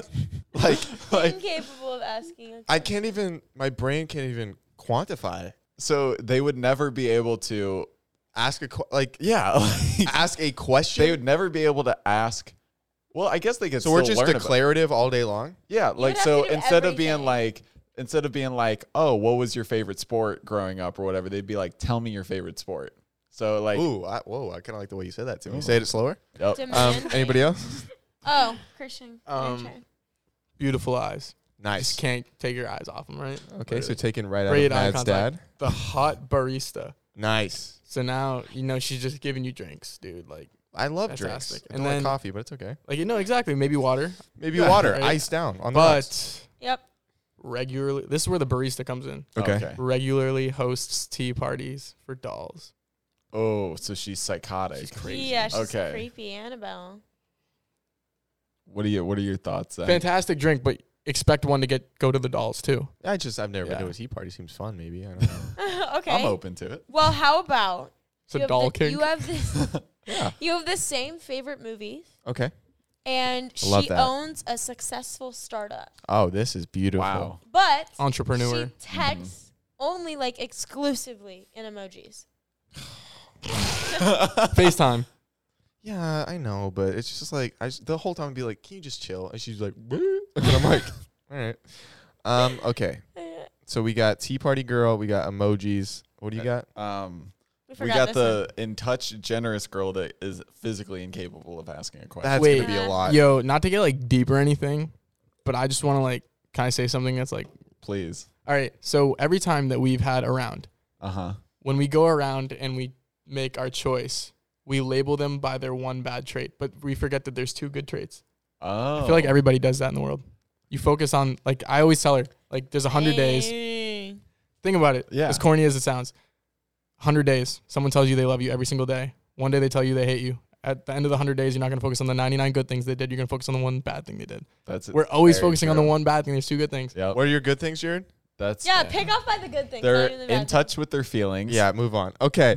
Speaker 4: Like, like
Speaker 3: Incapable of asking.
Speaker 4: I can't even. My brain can't even quantify. it.
Speaker 1: So they would never be able to.
Speaker 4: Ask a que- like.
Speaker 1: Yeah, like,
Speaker 4: Ask a question.
Speaker 1: they would never be able to ask. Well, I guess they could.
Speaker 4: so we're
Speaker 1: still
Speaker 4: just
Speaker 1: learn about-
Speaker 4: declarative all day long.
Speaker 1: Yeah,
Speaker 3: would
Speaker 1: like
Speaker 3: have
Speaker 1: so.
Speaker 3: to do
Speaker 1: Instead of being
Speaker 3: everything.
Speaker 1: like, instead of being like, oh, what was your favorite sport growing up or whatever, they'd be like, tell me your favorite sport. So like,
Speaker 4: Ooh, I, whoa! I kind of like the way you said that to me. Say it slower.
Speaker 1: oh,
Speaker 4: Um,
Speaker 3: Demand.
Speaker 4: anybody else?
Speaker 3: Oh, Christian. your
Speaker 2: Um,
Speaker 3: turn.
Speaker 2: Beautiful eyes. Just
Speaker 4: Nice.
Speaker 2: can't take your eyes off them, right?
Speaker 4: Okay, so taken right
Speaker 2: Great eye
Speaker 4: out of Matt's
Speaker 2: contact.
Speaker 4: dad.
Speaker 2: The hot barista.
Speaker 4: Nice.
Speaker 2: So now you know she's just giving you drinks, dude. Like,
Speaker 4: I love drinks.
Speaker 2: Fantastic.
Speaker 4: I
Speaker 2: And
Speaker 4: don't like
Speaker 2: then-
Speaker 4: coffee, but it's okay.
Speaker 2: like you know exactly. Maybe water,
Speaker 4: Maybe
Speaker 2: Yeah,
Speaker 4: water,
Speaker 2: right.
Speaker 4: ice down on the rocks.
Speaker 2: but
Speaker 3: Yep.
Speaker 2: regularly. This is where the barista comes in.
Speaker 4: okay.
Speaker 2: Regularly hosts tea parties for dolls.
Speaker 1: Oh, so she's psychotic.
Speaker 2: She's crazy.
Speaker 3: Yeah, she's
Speaker 1: Okay.
Speaker 3: creepy, Annabelle.
Speaker 1: What are you? What are your thoughts? Zach?
Speaker 2: Fantastic drink, but expect one to get go to the dolls too.
Speaker 4: I just I've never
Speaker 2: Yeah.
Speaker 4: been to a tea party. Seems fun. Maybe I don't know.
Speaker 3: okay.
Speaker 1: I'm open to it.
Speaker 3: Well, how about
Speaker 2: It's a
Speaker 3: you have
Speaker 2: doll
Speaker 3: the-
Speaker 2: kink.
Speaker 3: You have this.
Speaker 4: Yeah.
Speaker 3: You have the same favorite movies,
Speaker 4: okay.
Speaker 3: and
Speaker 4: I love
Speaker 3: she
Speaker 4: that.
Speaker 3: owns a successful startup,
Speaker 4: Oh, this is beautiful.
Speaker 1: Wow.
Speaker 3: but
Speaker 2: Entrepreneur.
Speaker 3: she texts only like exclusively in emojis.
Speaker 2: FaceTime.
Speaker 4: Yeah, I know, but it's just like I s- the whole time I'd be like, "Can you just chill?" And she's like, "Bleh." and I'm like, "All right." Um. Okay.
Speaker 3: Uh,
Speaker 4: So we got tea party girl. We got emojis. What do you got?
Speaker 1: Um,
Speaker 3: we
Speaker 1: we
Speaker 3: forgot
Speaker 1: got
Speaker 3: this
Speaker 1: the in touch generous girl that is physically incapable of asking a question.
Speaker 4: That's
Speaker 2: Wait.
Speaker 4: gonna be a lot.
Speaker 2: Yo, not to get like deep or anything, but I just want to like, can I say something that's like,
Speaker 1: Please.
Speaker 2: all right. So every time that we've had around,
Speaker 1: Uh huh.
Speaker 2: when we go around and we make our choice, we label them by their one bad trait, but we forget that there's two good traits.
Speaker 1: Oh.
Speaker 2: I feel like everybody does that in the world. You focus on like I always tell her like there's a
Speaker 3: one.
Speaker 2: hundred days.
Speaker 3: Dang.
Speaker 2: Think about it.
Speaker 1: Yeah.
Speaker 2: As corny as it sounds, hundred days. Someone tells you they love you every single day. One day they tell you they hate you. At the end of the hundred days, you're not gonna focus on the 99 good things they did. You're gonna focus on the one bad thing they did.
Speaker 1: that's.
Speaker 2: We're always
Speaker 1: very
Speaker 2: focusing on the
Speaker 1: true.
Speaker 2: one bad thing. There's two good things.
Speaker 1: Yep.
Speaker 4: What are your good things, Jared?
Speaker 1: That's
Speaker 3: Yeah, pick off by the good things.
Speaker 1: They're
Speaker 3: not even the bad
Speaker 1: in
Speaker 3: things.
Speaker 1: touch with their feelings.
Speaker 4: Yeah, move on. Okay.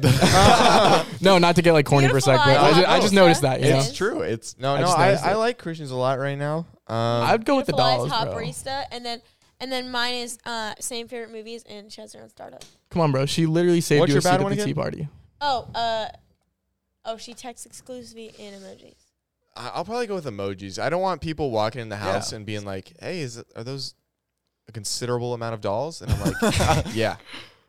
Speaker 2: No, not to get like corny for a
Speaker 3: Beautiful
Speaker 2: sec, but
Speaker 3: eyes.
Speaker 2: I just, I just noticed that. You know?
Speaker 1: It's true. It's
Speaker 4: No,
Speaker 2: I
Speaker 4: no,
Speaker 2: just
Speaker 4: I,
Speaker 2: noticed
Speaker 4: I
Speaker 2: it.
Speaker 4: like Christians a lot right now. Um,
Speaker 2: I'd go with the
Speaker 3: Beautiful Eyes,
Speaker 2: dolls,
Speaker 3: Hot
Speaker 2: bro.
Speaker 3: Barista, and then and then mine is uh, same favorite movies, and she has her own startup.
Speaker 2: Come on, bro. She literally saved
Speaker 4: What's
Speaker 2: you
Speaker 4: your
Speaker 2: a seat
Speaker 4: bad
Speaker 2: at the
Speaker 4: one
Speaker 2: tea
Speaker 4: again?
Speaker 2: party.
Speaker 3: Oh, uh, oh, she texts exclusively in emojis.
Speaker 4: I- I'll probably go with emojis. I don't want people walking in the house and being like, "Hey, is it, are those a considerable amount of dolls?" And I'm like, "Yeah."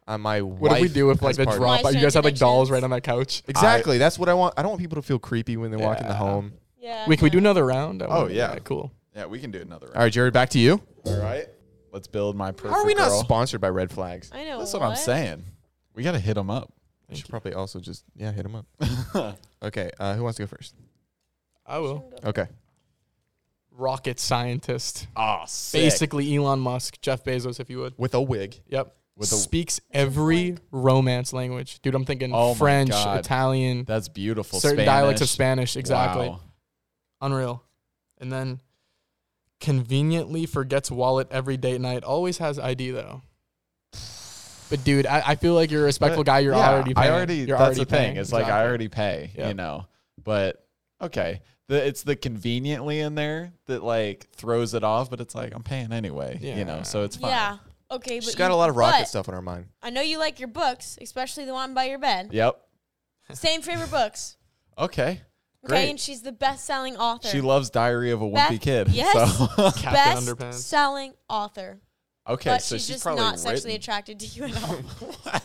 Speaker 4: Uh, my
Speaker 2: What did we do with like the
Speaker 3: My
Speaker 2: drop? You guys had like dolls
Speaker 3: Strange
Speaker 2: right on that couch.
Speaker 4: Exactly. that's what I want. I don't want people to feel creepy when they walk in the
Speaker 2: Yeah.
Speaker 4: home.
Speaker 3: Yeah.
Speaker 2: Wait, can we do
Speaker 3: no.
Speaker 2: another round? I
Speaker 1: Oh,
Speaker 2: wanna-
Speaker 1: yeah.
Speaker 2: cool.
Speaker 1: yeah. We can do another
Speaker 4: All
Speaker 1: round.
Speaker 4: right, Jared, back to you.
Speaker 1: All right. Let's build my perfect.
Speaker 4: How are we not
Speaker 1: girl.
Speaker 4: sponsored by Red Flags?
Speaker 3: I know.
Speaker 1: That's what I'm saying. We gotta hit them up.
Speaker 4: We should probably also just yeah hit them up. okay, uh, who wants to go first?
Speaker 2: I will.
Speaker 4: Okay.
Speaker 2: Rocket scientist,
Speaker 1: Ah,
Speaker 2: basically Elon Musk, Jeff Bezos, if you would.
Speaker 4: With a wig.
Speaker 2: Yep.
Speaker 1: With the-
Speaker 2: Speaks every romance language, dude. I'm thinking
Speaker 1: Oh my
Speaker 2: French,
Speaker 1: God.
Speaker 2: Italian,
Speaker 1: That's beautiful.
Speaker 2: certain
Speaker 1: Spanish.
Speaker 2: dialects of Spanish. Exactly.
Speaker 1: Wow.
Speaker 2: Unreal. And then conveniently forgets wallet every date night. Always has ID though. But dude, I, I feel like you're a respectful guy. You're
Speaker 1: Yeah,
Speaker 2: already paying.
Speaker 1: I already.
Speaker 2: You're
Speaker 1: that's
Speaker 2: already
Speaker 1: the thing.
Speaker 2: paying.
Speaker 1: It's like I
Speaker 2: Exactly.
Speaker 1: already pay.
Speaker 2: Yeah.
Speaker 1: You know, but okay. The, it's the conveniently in there that like throws it off, but it's like I'm paying anyway. You
Speaker 2: Yeah.
Speaker 1: know, so it's fine.
Speaker 3: Yeah. Okay, but
Speaker 4: She's got
Speaker 3: you-
Speaker 4: a lot of rocket
Speaker 3: but
Speaker 4: stuff on her mind.
Speaker 3: I know you like your books, especially the one by your bed.
Speaker 1: Yep.
Speaker 3: Same favorite books.
Speaker 1: Okay.
Speaker 3: Okay,
Speaker 1: Great.
Speaker 3: and she's the best-selling author.
Speaker 1: She loves Diary of a Wimpy
Speaker 3: Beth-
Speaker 1: Kid.
Speaker 3: yes.
Speaker 1: So
Speaker 2: Captain Underpants.
Speaker 3: best-selling author,
Speaker 1: okay,
Speaker 3: but
Speaker 1: so
Speaker 3: she's,
Speaker 1: she's,
Speaker 3: just
Speaker 1: probably
Speaker 3: not sexually
Speaker 1: written-
Speaker 3: attracted to you at all.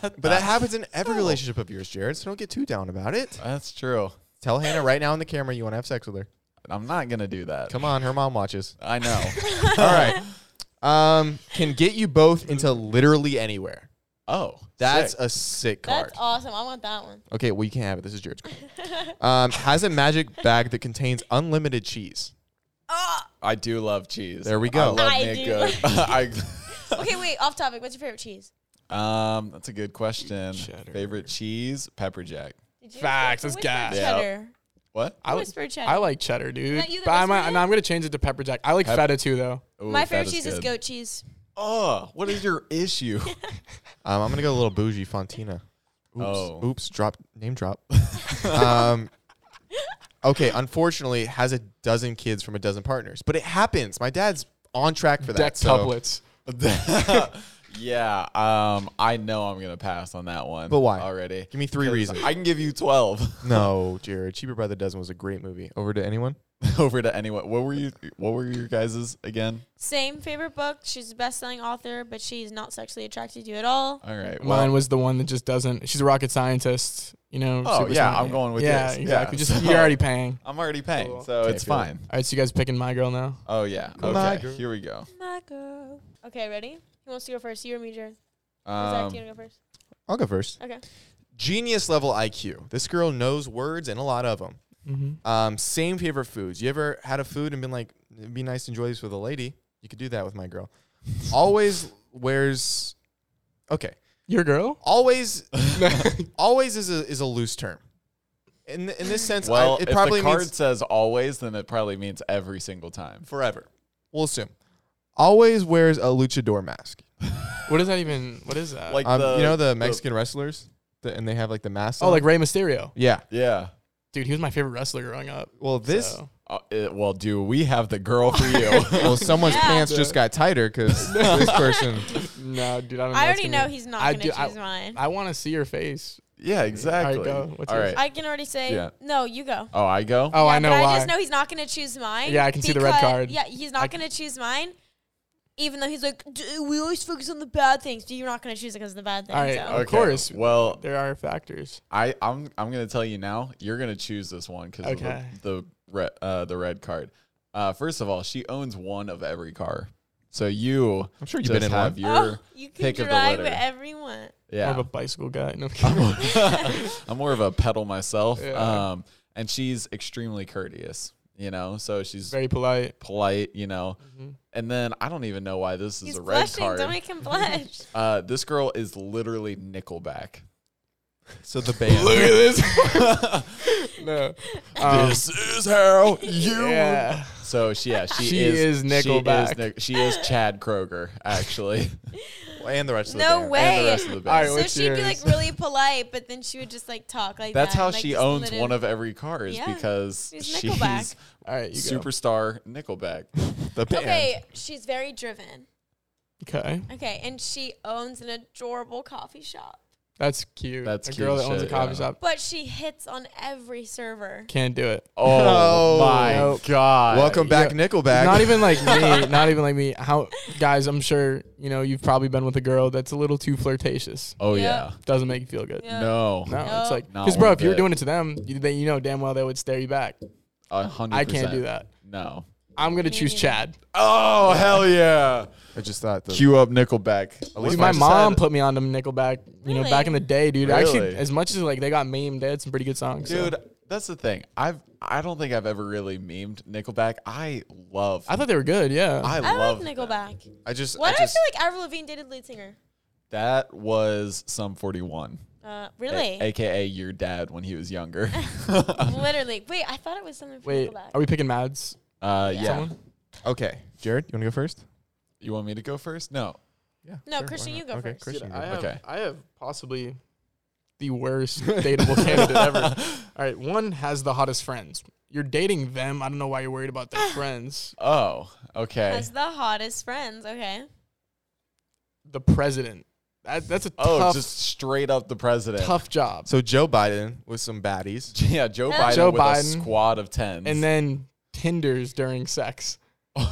Speaker 4: But that happens in every relationship of yours, Jared. So don't get too down about it.
Speaker 1: That's true.
Speaker 4: Tell Hannah right now on the camera you want to have sex with her.
Speaker 1: I'm not gonna do that.
Speaker 4: Come on, her mom watches.
Speaker 1: I know.
Speaker 4: All right. Um, can get you both into literally anywhere.
Speaker 1: Oh,
Speaker 4: That's
Speaker 1: sick.
Speaker 4: a sick card.
Speaker 3: That's awesome. I want that one.
Speaker 4: okay, well you can't have it. This is Jared's card. Um, has a magic bag that contains unlimited cheese.
Speaker 3: Ah,
Speaker 1: I do love cheese.
Speaker 4: There we go.
Speaker 1: I love
Speaker 3: I
Speaker 1: me a
Speaker 3: do
Speaker 1: good. I-
Speaker 3: Okay, wait. Off topic. What's your favorite cheese?
Speaker 1: um, that's a good question.
Speaker 2: Cheddar.
Speaker 1: Favorite cheese? Pepper jack.
Speaker 3: Did you
Speaker 2: Facts,
Speaker 3: whisper-
Speaker 2: it's
Speaker 3: whisper
Speaker 2: gas.
Speaker 1: Yeah.
Speaker 3: Cheddar.
Speaker 1: What?
Speaker 2: I, like-
Speaker 3: Whisper cheddar.
Speaker 2: I like cheddar, dude.
Speaker 3: that you that
Speaker 2: But I
Speaker 3: whispered
Speaker 2: might,
Speaker 3: it?
Speaker 2: no, I'm gonna change it to pepper jack. I like
Speaker 1: Pep-
Speaker 2: feta too, though.
Speaker 1: Ooh,
Speaker 3: My
Speaker 1: that
Speaker 3: favorite cheese is
Speaker 1: good.
Speaker 3: goat cheese.
Speaker 1: Oh, what is your issue?
Speaker 4: Um, I'm gonna go a little bougie, Fontina. Oops,
Speaker 1: Oh.
Speaker 4: oops, drop name drop. um, okay, unfortunately, has a dozen kids from a dozen partners, but it happens. My dad's on track for that.
Speaker 2: Deck
Speaker 4: so-
Speaker 2: couplets.
Speaker 1: yeah. Um, I know I'm gonna pass on that one.
Speaker 4: But why?
Speaker 1: Already.
Speaker 4: Give me three
Speaker 1: 'Cause
Speaker 4: reasons.
Speaker 1: I can give you twelve.
Speaker 4: no, Jared, Cheaper by the Dozen was a great movie. Over to anyone.
Speaker 1: Over to anyone. What were you? What were your guys's again?
Speaker 3: Same favorite book. She's a best-selling author, but she's not sexually attracted to you at all.
Speaker 1: All right.
Speaker 2: Mine was the one that just doesn't. She's a rocket scientist, you know.
Speaker 1: Oh,
Speaker 2: super
Speaker 1: yeah,
Speaker 2: smart.
Speaker 1: I'm going with
Speaker 2: yeah,
Speaker 1: this. Yeah,
Speaker 2: exactly. Just
Speaker 1: so-
Speaker 2: you're already paying.
Speaker 1: I'm already paying,
Speaker 2: Cool.
Speaker 1: so
Speaker 4: Okay,
Speaker 1: it's
Speaker 4: cool.
Speaker 1: fine.
Speaker 2: All right, so you guys picking my girl now?
Speaker 1: Oh yeah.
Speaker 4: My
Speaker 1: Okay.
Speaker 4: girl.
Speaker 1: Here we go.
Speaker 3: My girl. Okay, ready? Who wants to go first? You or me, Jared? Or Zach,
Speaker 1: Um,
Speaker 3: do you want to go first?
Speaker 4: I'll go first.
Speaker 3: Okay.
Speaker 4: Genius level IQ. This girl knows words and a lot of them.
Speaker 2: Mm-hmm.
Speaker 4: Um, same favorite foods. You ever had a food and been like, "It'd be nice to enjoy this with a lady"? You could do that with my girl. Always wears. Okay.
Speaker 2: Your girl?
Speaker 4: Always always is a is a loose term. In th- in this sense, I-
Speaker 1: well,
Speaker 4: uh, it
Speaker 1: if
Speaker 4: probably
Speaker 1: the card
Speaker 4: means
Speaker 1: says always, then it probably means every single time.
Speaker 4: forever. We'll assume. Always wears a luchador mask.
Speaker 2: What is that even? What is that?
Speaker 1: Like
Speaker 4: Um,
Speaker 1: the,
Speaker 4: you know the Mexican wrestlers, the, and they have like the mask.
Speaker 2: oh,
Speaker 4: on?
Speaker 2: like Rey Mysterio.
Speaker 4: yeah.
Speaker 1: yeah.
Speaker 2: Dude, he was my favorite wrestler growing up.
Speaker 4: Well, this
Speaker 2: So.
Speaker 1: Uh, it- well, do we have the girl for you?
Speaker 4: well, someone's
Speaker 3: Yeah.
Speaker 4: pants just got tighter because this person.
Speaker 2: No, dude,
Speaker 1: Um,
Speaker 2: I don't.
Speaker 3: I
Speaker 2: know.
Speaker 3: already
Speaker 2: It's gonna
Speaker 3: know
Speaker 2: be-
Speaker 3: he's not
Speaker 2: I
Speaker 3: going to
Speaker 2: do-
Speaker 3: choose
Speaker 2: I-
Speaker 3: mine. I,
Speaker 2: I want to see your face.
Speaker 1: yeah, exactly.
Speaker 2: go. What's
Speaker 1: All
Speaker 2: yours?
Speaker 1: right.
Speaker 3: can already say,
Speaker 1: Yeah.
Speaker 3: no, you go.
Speaker 1: Oh, I go.
Speaker 2: Oh, I
Speaker 3: Yeah,
Speaker 2: know
Speaker 3: but
Speaker 2: why.
Speaker 3: I just know he's not going to choose mine.
Speaker 2: Yeah, I can see the red
Speaker 3: because-
Speaker 2: card.
Speaker 3: Yeah, he's
Speaker 2: I
Speaker 3: not
Speaker 2: c-
Speaker 3: going to choose mine. Even though he's like, "D- we always focus on the bad things. You're not going to choose it because of the bad things.
Speaker 2: All right,
Speaker 3: so.
Speaker 2: of course.
Speaker 1: Well,
Speaker 2: There are factors.
Speaker 1: I I'm I'm gonna tell you now. You're gonna choose this one because
Speaker 2: Okay.
Speaker 1: of the the red uh, the red card. Uh, first of all, she owns one of every car, so you
Speaker 4: I'm sure you've
Speaker 1: just
Speaker 4: been in
Speaker 1: have
Speaker 4: one.
Speaker 1: your
Speaker 3: oh, you can
Speaker 1: pick of the
Speaker 3: drive
Speaker 1: litter.
Speaker 3: whatever you want.
Speaker 1: yeah,
Speaker 2: I'm a bicycle guy. No,
Speaker 1: Oh. I'm more of a pedal myself.
Speaker 2: Yeah.
Speaker 1: Um, and she's extremely courteous, you know. So she's
Speaker 2: very polite.
Speaker 1: polite, you know. And then I don't even know why this is
Speaker 3: He's
Speaker 1: a red
Speaker 3: blushing.
Speaker 1: card.
Speaker 3: Don't make him blush.
Speaker 1: Uh, this girl is literally Nickelback.
Speaker 4: So the band.
Speaker 2: Look at this. no. Um,
Speaker 1: this is how you.
Speaker 2: yeah.
Speaker 1: So she, yeah, she,
Speaker 2: She
Speaker 1: is,
Speaker 2: is Nickelback.
Speaker 1: She is, Nic- she is Chad Kroger, actually.
Speaker 4: and the rest of the
Speaker 3: No
Speaker 4: band.
Speaker 1: And
Speaker 3: way.
Speaker 1: the rest of the
Speaker 2: All
Speaker 1: band.
Speaker 2: right,
Speaker 3: So
Speaker 2: what's
Speaker 3: she'd be like
Speaker 2: yours?
Speaker 3: really polite, but then she would just like talk like
Speaker 1: That's
Speaker 3: that,
Speaker 1: how
Speaker 3: like,
Speaker 1: she
Speaker 3: just
Speaker 1: owns
Speaker 3: let
Speaker 1: one
Speaker 3: him-
Speaker 1: of every car is
Speaker 3: Yeah,
Speaker 1: because
Speaker 3: she's
Speaker 1: she's
Speaker 3: Nickelback.
Speaker 2: All right, you go.
Speaker 1: superstar Nickelback.
Speaker 4: The band.
Speaker 3: Okay, she's very driven.
Speaker 2: Okay,
Speaker 3: Okay, and she owns an adorable coffee shop,
Speaker 2: that's cute.
Speaker 1: That's
Speaker 2: a
Speaker 1: cute
Speaker 2: girl that owns a
Speaker 1: shit,
Speaker 2: coffee
Speaker 1: yeah.
Speaker 2: shop
Speaker 3: but she hits on every server.
Speaker 2: can't do it.
Speaker 1: Oh,
Speaker 4: Oh.
Speaker 1: my
Speaker 2: Nope.
Speaker 1: god!
Speaker 4: Welcome back, Nickelback.
Speaker 2: Not even like me. Not even like me. How guys? I'm sure you know you've probably been with a girl that's a little too flirtatious.
Speaker 1: Oh
Speaker 3: Yeah.
Speaker 2: Doesn't make you feel good.
Speaker 1: yeah.
Speaker 3: Yeah.
Speaker 1: No.
Speaker 2: No,
Speaker 3: No.
Speaker 2: it's like
Speaker 1: Not
Speaker 2: because bro,
Speaker 1: one
Speaker 2: if you were
Speaker 1: bit.
Speaker 2: doing it to them, you, they, you know damn well they would stare you back.
Speaker 1: A hundred.
Speaker 2: I can't do
Speaker 1: percent.
Speaker 2: that.
Speaker 1: No.
Speaker 2: I'm gonna choose
Speaker 3: neither.
Speaker 2: Chad.
Speaker 1: Oh hell yeah!
Speaker 4: I just thought the
Speaker 1: Cue up Nickelback. At
Speaker 2: Dude,
Speaker 1: least
Speaker 2: my
Speaker 1: I
Speaker 2: mom
Speaker 1: decided-
Speaker 2: put me on to Nickelback. You know, back in the day, dude. Actually,
Speaker 1: Really?
Speaker 2: as much as like they got maimed, they had some pretty good songs. so.
Speaker 1: Dude, that's the thing. I've I don't think I've ever really memed Nickelback. I love.
Speaker 2: I thought they were good. Yeah.
Speaker 1: I,
Speaker 3: I like
Speaker 1: love
Speaker 3: Nickelback.
Speaker 4: I just
Speaker 3: Why
Speaker 4: I
Speaker 3: do I
Speaker 4: just
Speaker 3: feel like Avril Lavigne dated lead singer?
Speaker 1: that was some forty one,
Speaker 3: Uh, really?
Speaker 1: aka your dad when he was younger.
Speaker 3: Literally. Wait, I thought it was something for
Speaker 2: Wait,
Speaker 3: Nickelback.
Speaker 2: are we picking Mads?
Speaker 1: Uh, yeah.
Speaker 2: Someone?
Speaker 4: okay. Jared, you want to go first?
Speaker 1: You want me to go first? No.
Speaker 4: Yeah.
Speaker 3: No, sure, Christian, why you not? go Okay, first.
Speaker 4: Christian,
Speaker 2: I have,
Speaker 1: Okay.
Speaker 2: I have possibly the worst dateable candidate ever. All right, one has the hottest friends. You're dating them. I don't know why you're worried about their friends.
Speaker 1: Oh, okay.
Speaker 3: As the hottest friends, okay.
Speaker 2: The president. That, that's a
Speaker 1: Oh,
Speaker 2: tough,
Speaker 1: just straight up the president.
Speaker 2: tough job.
Speaker 4: So Joe Biden with some baddies.
Speaker 1: Yeah, Joe
Speaker 3: Huh?
Speaker 1: Biden
Speaker 2: Joe
Speaker 1: with a
Speaker 2: Biden.
Speaker 1: squad of tens.
Speaker 2: and then Tinder's during sex.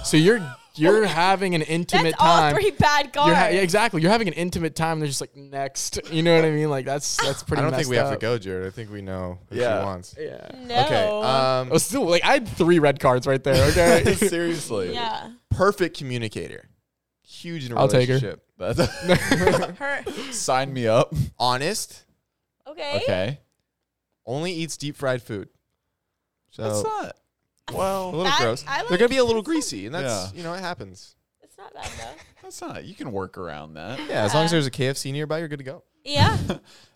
Speaker 2: So you're you're having an
Speaker 3: That's
Speaker 2: intimate
Speaker 3: all
Speaker 2: time.
Speaker 3: three bad
Speaker 2: You're
Speaker 3: guards.
Speaker 2: ha- yeah, exactly. You're having an intimate time. They're just like next. You know what I mean? Like that's that's pretty.
Speaker 4: I don't think
Speaker 2: messed
Speaker 4: we have to
Speaker 2: up.
Speaker 4: go, Jared. I think we know who
Speaker 1: Yeah.
Speaker 4: she wants.
Speaker 2: Yeah.
Speaker 3: No.
Speaker 4: Okay.
Speaker 2: I
Speaker 4: Um,
Speaker 2: was still like I had three red cards right there. Okay.
Speaker 1: seriously.
Speaker 3: yeah.
Speaker 4: perfect communicator. Huge in a
Speaker 2: I'll take her.
Speaker 4: relationship.
Speaker 1: That's-
Speaker 3: Her.
Speaker 1: Sign me up.
Speaker 4: Honest.
Speaker 3: Okay.
Speaker 1: Okay.
Speaker 4: Only eats deep fried food. So
Speaker 2: Oh.
Speaker 1: That's not.
Speaker 4: a
Speaker 1: Well,
Speaker 4: little
Speaker 3: That-
Speaker 4: gross.
Speaker 3: I
Speaker 4: They're gonna
Speaker 3: like-
Speaker 4: be a little greasy, and that's
Speaker 1: Yeah.
Speaker 4: you know it happens.
Speaker 3: It's not bad though.
Speaker 1: that's not. You can work around that.
Speaker 4: Yeah, as long as
Speaker 3: Yeah.
Speaker 4: there's a KFC nearby, you're good to go.
Speaker 3: Yeah.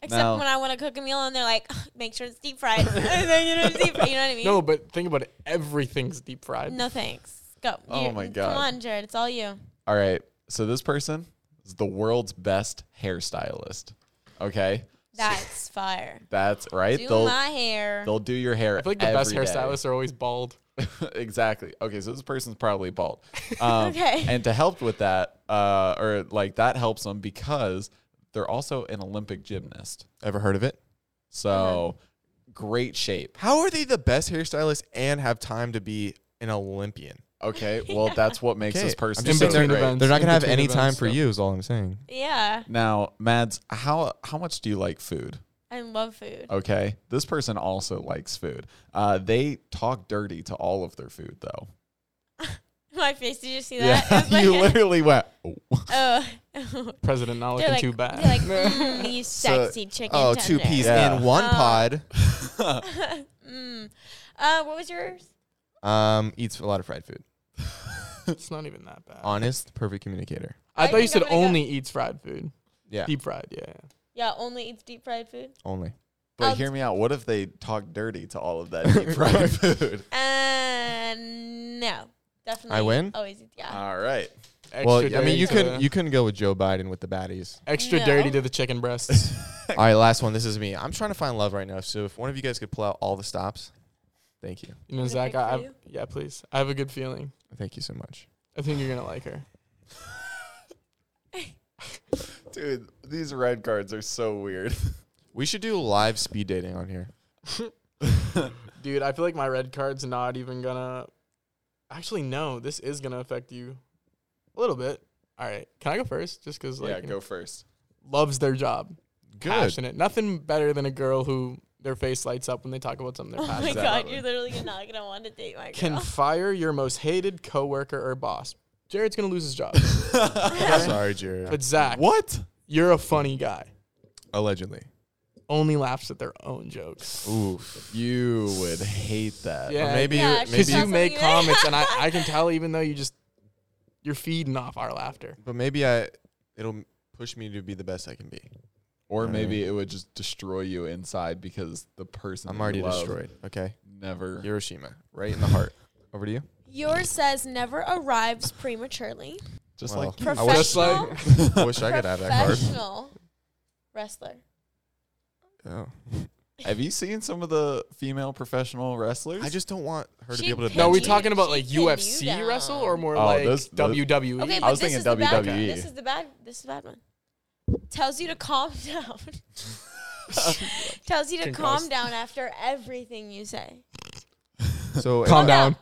Speaker 3: Except
Speaker 1: Now-
Speaker 3: when I want to cook a meal and they're like, make sure it's deep fried. and then, you know, it's deep fried. You know what I mean?
Speaker 2: no, but think about it. Everything's deep fried.
Speaker 3: No thanks. Go.
Speaker 1: Oh my God.
Speaker 3: Come on, Jared. It's all you.
Speaker 1: All right. So this person is the world's best hairstylist. Okay.
Speaker 3: That's fire.
Speaker 1: That's right.
Speaker 3: Do
Speaker 1: they'll
Speaker 3: my hair.
Speaker 1: they'll do your hair.
Speaker 2: I feel like the best
Speaker 1: every day.
Speaker 2: hairstylists are always bald.
Speaker 1: exactly. Okay, so this person's probably bald. Um,
Speaker 3: Okay.
Speaker 1: And to help with that, uh, or like that helps them because they're also an Olympic gymnast.
Speaker 4: Ever heard of it?
Speaker 1: So great shape.
Speaker 4: How are they the best hairstylist and have time to be an Olympian?
Speaker 1: Okay. Well, that's what makes this
Speaker 4: Okay,
Speaker 1: person
Speaker 4: I'm just
Speaker 1: so
Speaker 4: saying they're-
Speaker 1: great.
Speaker 2: events.
Speaker 4: They're not
Speaker 2: In
Speaker 4: gonna have
Speaker 2: between
Speaker 4: any time
Speaker 2: events,
Speaker 4: for
Speaker 2: yeah.
Speaker 4: you. Is all I'm saying.
Speaker 3: Yeah.
Speaker 1: Now, Mads, how how much do you like food?
Speaker 3: I love food.
Speaker 1: Okay, this person also likes food. Uh, they talk dirty to all of their food, though.
Speaker 3: My face, did you see that? It was
Speaker 1: you
Speaker 3: like-
Speaker 1: literally went. "Oh."
Speaker 3: oh.
Speaker 2: President not
Speaker 3: they're
Speaker 2: looking
Speaker 3: like,
Speaker 2: too bad.
Speaker 3: They're like, mm, you sexy chicken.
Speaker 4: Oh, two
Speaker 3: tender.
Speaker 4: peas
Speaker 1: Yeah.
Speaker 4: in one
Speaker 3: Oh.
Speaker 4: pod.
Speaker 3: Mm. Uh, what was yours?
Speaker 4: Um, eats a lot of fried food.
Speaker 2: it's not even that bad.
Speaker 4: Honest, perfect communicator.
Speaker 2: I,
Speaker 3: I
Speaker 2: thought you
Speaker 3: think I'm
Speaker 2: said
Speaker 3: gonna go-
Speaker 2: only eats fried food.
Speaker 4: Yeah,
Speaker 2: Deep fried, yeah.
Speaker 3: Yeah, only eats deep fried food.
Speaker 4: only.
Speaker 1: But
Speaker 3: I'll-
Speaker 1: hear me out. What if they talk dirty to all of that deep fried food?
Speaker 3: Uh, no. Definitely.
Speaker 4: I win? Uh,
Speaker 3: Always eat, yeah.
Speaker 1: All right.
Speaker 4: well,
Speaker 2: Extra
Speaker 4: I mean, you
Speaker 2: dirty to-
Speaker 4: could you couldn't go with Joe Biden with the baddies.
Speaker 2: extra
Speaker 3: No.
Speaker 2: dirty to the chicken breasts.
Speaker 4: all right, last one. This is me. I'm trying to find love right now. So if one of you guys could pull out all the stops, thank you.
Speaker 2: You know,
Speaker 3: Can I
Speaker 2: Zach,
Speaker 3: pick
Speaker 2: I,
Speaker 3: for
Speaker 2: I
Speaker 3: you?
Speaker 2: yeah, please. I have a good feeling.
Speaker 4: Thank you so much.
Speaker 2: I think you're gonna like her.
Speaker 1: Dude, these red cards are so weird.
Speaker 4: We should do live speed dating on here.
Speaker 2: Dude, I feel like my red card's not even gonna. Actually, no. This is gonna affect you a little bit. All right, can I go first? Just because like
Speaker 1: yeah,
Speaker 2: you
Speaker 1: go
Speaker 2: know,
Speaker 1: first.
Speaker 2: loves their job,
Speaker 4: Good.
Speaker 2: passionate. Nothing better than a girl who their face lights up when they talk about something they're
Speaker 3: Oh my
Speaker 2: passionate. about.
Speaker 3: god, you're literally not gonna want to date my
Speaker 2: Can
Speaker 3: girl.
Speaker 2: fire your most hated coworker or boss. Jared's gonna lose his job,
Speaker 4: Sorry, Jared.
Speaker 2: but Zach,
Speaker 1: What?
Speaker 2: You're a funny guy.
Speaker 4: Allegedly.
Speaker 2: Only laughs at their own jokes.
Speaker 4: Oof.
Speaker 1: You would hate that.
Speaker 2: Yeah,
Speaker 4: maybe
Speaker 3: Yeah, she
Speaker 4: maybe
Speaker 2: because
Speaker 3: sounds
Speaker 2: you
Speaker 3: like
Speaker 2: make
Speaker 3: you.
Speaker 2: comments, and I, I can tell even though you just you're feeding off our laughter.
Speaker 4: but maybe I it'll push me to be the best I can be.
Speaker 1: Or maybe it would just destroy you inside because the person
Speaker 4: I'm
Speaker 1: you
Speaker 4: already
Speaker 1: love
Speaker 4: destroyed. Okay.
Speaker 1: Never.
Speaker 4: Hiroshima, right in the heart. Over to you.
Speaker 3: Yours says never arrives prematurely.
Speaker 1: Just
Speaker 4: Well,
Speaker 1: like you.
Speaker 4: I
Speaker 3: Professional,
Speaker 4: wish-
Speaker 2: Just like-
Speaker 4: I wish I could have that card.
Speaker 3: professional wrestler.
Speaker 4: Oh.
Speaker 1: Have you seen some of the female professional wrestlers?
Speaker 4: I just don't want her to
Speaker 3: She
Speaker 4: be able to.
Speaker 2: No, we
Speaker 3: She-
Speaker 2: talking about
Speaker 3: she
Speaker 2: like
Speaker 3: pinned you
Speaker 2: UFC
Speaker 3: down.
Speaker 2: wrestle or more
Speaker 1: Oh,
Speaker 2: like E?
Speaker 1: those- those-
Speaker 2: WWE?
Speaker 3: Okay,
Speaker 1: I
Speaker 3: but
Speaker 1: was
Speaker 3: this
Speaker 1: thinking
Speaker 3: is the bad.
Speaker 4: E.
Speaker 1: WWE.
Speaker 3: This is the bad. This is the bad one. Tells you to calm down. Tells you to calm
Speaker 2: Concussed.
Speaker 3: down after everything you say.
Speaker 4: So
Speaker 2: Calm down.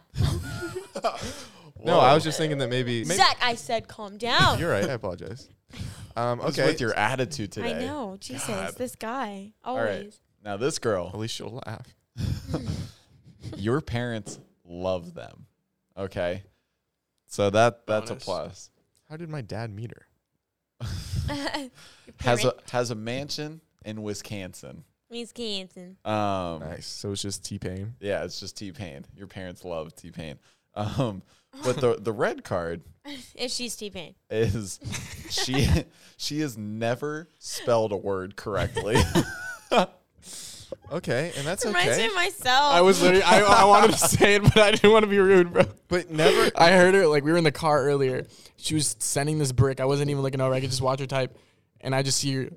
Speaker 4: No, I was just thinking that maybe. maybe
Speaker 3: Zach, I said calm down.
Speaker 4: you're right. I apologize. Um,
Speaker 1: What's
Speaker 4: okay.
Speaker 1: with your attitude
Speaker 3: I
Speaker 1: today?
Speaker 3: know. Jesus,
Speaker 1: God.
Speaker 3: this guy
Speaker 1: All
Speaker 3: always.
Speaker 1: right. Now this
Speaker 4: At
Speaker 1: girl,
Speaker 4: least she'll laugh. Oh.
Speaker 1: your parents love them. Okay. So that that's
Speaker 2: Bonus.
Speaker 1: a plus.
Speaker 4: How did my dad meet her?
Speaker 1: Has a has a mansion in Wisconsin.
Speaker 3: Means Canton.
Speaker 1: Um
Speaker 4: Nice. Oh So it's just T Pain.
Speaker 1: Yeah, it's just T Pain. Your parents love T Pain. Um, but the the red card
Speaker 3: If she's T Pain.
Speaker 1: is she she has never spelled a word correctly.
Speaker 4: Okay, and that's
Speaker 3: Reminds me
Speaker 4: okay.
Speaker 3: of myself.
Speaker 2: I was literally I, I wanted to say it, but I didn't want to be rude, bro.
Speaker 4: But never.
Speaker 2: I heard her like we were in the car earlier. She was sending this brick. I wasn't even looking over. I could just watch her type, and I just see her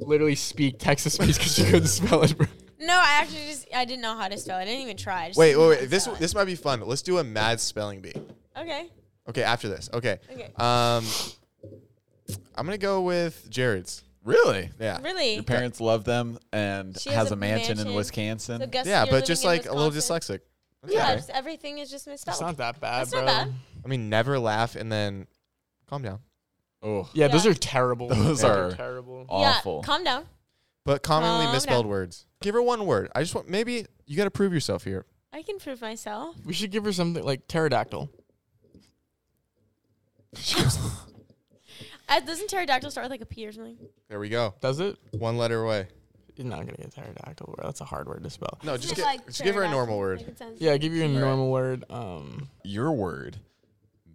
Speaker 2: literally speak Texas speech because she couldn't spell it, bro.
Speaker 3: no, I actually just I didn't know how to spell it. I didn't even try. I just
Speaker 4: Wait,
Speaker 3: didn't know
Speaker 4: wait,
Speaker 3: how
Speaker 4: wait.
Speaker 3: to
Speaker 4: This
Speaker 3: spell it.
Speaker 4: this might be fun. Let's do a mad spelling bee.
Speaker 3: Okay.
Speaker 4: Okay, after this. Okay.
Speaker 3: Okay.
Speaker 4: Um, I'm gonna go with Jared's.
Speaker 1: really?
Speaker 4: Yeah.
Speaker 1: Your
Speaker 3: Really?
Speaker 1: parents love them and
Speaker 3: She
Speaker 1: has,
Speaker 3: has
Speaker 1: a
Speaker 3: a
Speaker 1: mansion, in
Speaker 3: mansion.
Speaker 1: Wisconsin.
Speaker 3: So guess
Speaker 4: Yeah,
Speaker 3: you're
Speaker 4: but just
Speaker 3: living in
Speaker 4: like a little
Speaker 3: Wisconsin.
Speaker 4: dyslexic.
Speaker 3: Yeah,
Speaker 4: Okay.
Speaker 3: just everything is just misspelled.
Speaker 2: It's not that bad,
Speaker 3: That's
Speaker 2: bro.
Speaker 3: not bad.
Speaker 4: I mean, never laugh and then calm down.
Speaker 1: oh,
Speaker 2: Yeah, those
Speaker 3: Yeah.
Speaker 2: are terrible.
Speaker 1: Those are-
Speaker 2: terrible.
Speaker 1: awful.
Speaker 3: Yeah, calm down.
Speaker 4: But commonly
Speaker 3: Calm
Speaker 4: misspelled
Speaker 3: down.
Speaker 4: words. Give her one word. I just want maybe you got to prove yourself here.
Speaker 3: I can prove myself.
Speaker 2: We should give her something like pterodactyl.
Speaker 3: Uh, doesn't pterodactyl start with like a P or something?
Speaker 4: There we go.
Speaker 2: Does it?
Speaker 4: One letter away.
Speaker 2: You're not gonna get pterodactyl, bro. That's a hard word to spell.
Speaker 4: No, just, get, just give her a normal word.
Speaker 2: Yeah, give you a normal word. Um,
Speaker 1: Your word,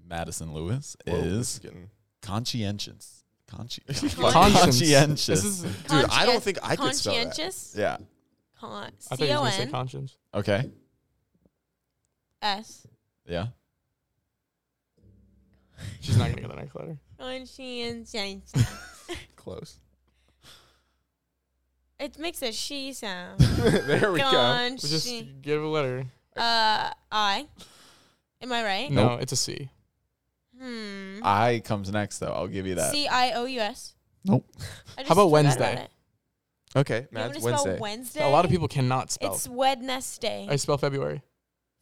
Speaker 1: Madison Lewis, is
Speaker 4: Getting-
Speaker 1: conscientious. Consci-
Speaker 2: Conscience.
Speaker 1: conscientious.
Speaker 2: this is.
Speaker 4: Dude, I don't think I could spell that.
Speaker 3: Conscientious.
Speaker 1: yeah.
Speaker 3: Con-
Speaker 2: I thought you were gonna say
Speaker 3: C-O-N-S.
Speaker 2: conscience.
Speaker 1: Okay. Yeah.
Speaker 2: She's not gonna get the next letter.
Speaker 3: Conscientious.
Speaker 4: Close.
Speaker 3: It makes a she sound.
Speaker 4: there we go.
Speaker 2: We just
Speaker 3: Consci-
Speaker 2: give a letter.
Speaker 3: uh, I. Am I right?
Speaker 2: No, it's a C. Mm.
Speaker 3: Hmm.
Speaker 1: I comes next though. I'll give you that.
Speaker 3: C I O U S.
Speaker 1: Nope.
Speaker 3: I just
Speaker 2: about
Speaker 3: forgot
Speaker 2: Wednesday?
Speaker 3: about it.
Speaker 4: Okay,
Speaker 3: You want
Speaker 4: Mads,
Speaker 3: to spell
Speaker 4: Wednesday.
Speaker 3: Wednesday?
Speaker 2: A lot of people cannot spell.
Speaker 3: It's Wednesday.
Speaker 2: I spell February.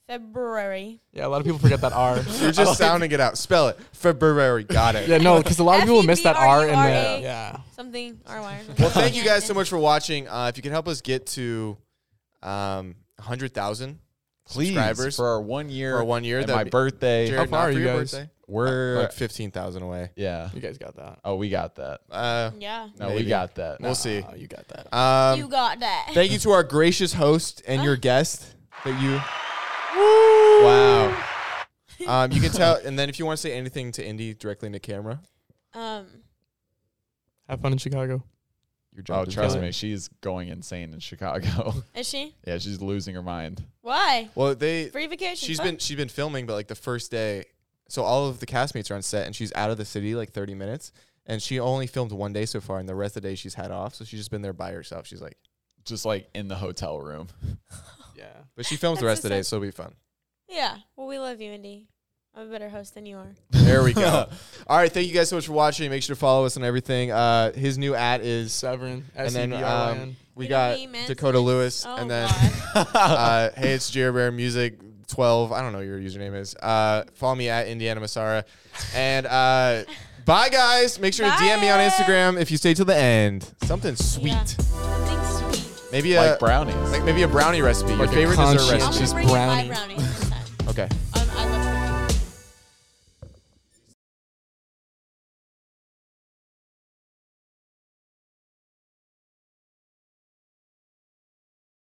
Speaker 3: February.
Speaker 2: Yeah, a lot of people forget that R.
Speaker 4: You're just sounding it out. Spell it. February. Got it.
Speaker 2: yeah, no, because a lot of people miss that R in there.
Speaker 3: F-E-B-R-U-R-A.
Speaker 2: Yeah.
Speaker 3: Something. R Y.
Speaker 4: Well, thank you guys so much for watching. Uh, if you can help us get to um, 100,000
Speaker 1: Please
Speaker 4: subscribers
Speaker 1: for our one year
Speaker 4: for one year,
Speaker 1: and
Speaker 4: that'd
Speaker 1: my
Speaker 4: be-
Speaker 1: birthday.
Speaker 4: Jared,
Speaker 2: far
Speaker 4: not
Speaker 2: are
Speaker 4: for
Speaker 2: you
Speaker 4: your
Speaker 2: guys?
Speaker 4: birthday? Uh,
Speaker 1: We're
Speaker 4: Like 15,000 away.
Speaker 1: yeah.
Speaker 2: You guys got that.
Speaker 1: Oh, we got that.
Speaker 4: Uh,
Speaker 3: Yeah.
Speaker 1: No, we
Speaker 4: Maybe.
Speaker 1: got that.
Speaker 4: We'll see.
Speaker 2: Oh, you got that.
Speaker 3: you
Speaker 4: Um,
Speaker 3: got that.
Speaker 4: thank you to our gracious host and
Speaker 3: Ah.
Speaker 4: your guest that you. Wow. Um, you can tell, and then if you want to say anything to Indy directly into camera,
Speaker 3: Um.
Speaker 2: Have fun in Chicago.
Speaker 4: your job.
Speaker 1: Oh,
Speaker 4: is
Speaker 1: trust
Speaker 4: done.
Speaker 1: me, she's going insane in Chicago.
Speaker 3: Is she?
Speaker 1: yeah, she's losing her mind.
Speaker 3: Why?
Speaker 4: Well, they
Speaker 3: Free vacation.
Speaker 4: she's
Speaker 3: fuck.
Speaker 4: been she's been filming, but like the first day, so all of the castmates are on set, and she's out of the city like 30 minutes, and she only filmed one day so far, and the rest of the day she's had off, so she's just been there by herself. She's like,
Speaker 1: Just like in the hotel room.
Speaker 2: Yeah.
Speaker 4: but she films the
Speaker 3: That's
Speaker 4: rest of the
Speaker 3: so
Speaker 4: day, so it'll be fun.
Speaker 3: Yeah. Well, we love you, Indy. I'm a better host than you are.
Speaker 4: There we go. all right, thank you guys so much for watching. Make sure to follow us on everything. Uh, his new ad is,
Speaker 2: Severin.
Speaker 4: and
Speaker 2: S E
Speaker 4: then
Speaker 2: B R Y N.
Speaker 4: um, we
Speaker 3: You don't
Speaker 4: got
Speaker 3: need men's
Speaker 4: Dakota
Speaker 3: names.
Speaker 4: Lewis,
Speaker 3: Oh
Speaker 4: and then.
Speaker 3: God.
Speaker 4: uh, hey, it's Jared Bear Music 12. I don't know what your username is. Uh, follow me at Indiana Masara. And uh, bye, guys. Make sure to
Speaker 3: Bye.
Speaker 4: DM me on Instagram if you stay till the end. Something sweet.
Speaker 3: Yeah. Something sweet.
Speaker 4: Maybe a
Speaker 1: like brownies.
Speaker 4: like maybe a brownie recipe. Your
Speaker 2: Like a
Speaker 4: favorite dessert
Speaker 2: conscience.
Speaker 3: I'm
Speaker 4: recipe.
Speaker 3: gonna bring
Speaker 2: just
Speaker 3: you my
Speaker 2: brownie.
Speaker 3: brownies this time. Um,
Speaker 4: Okay.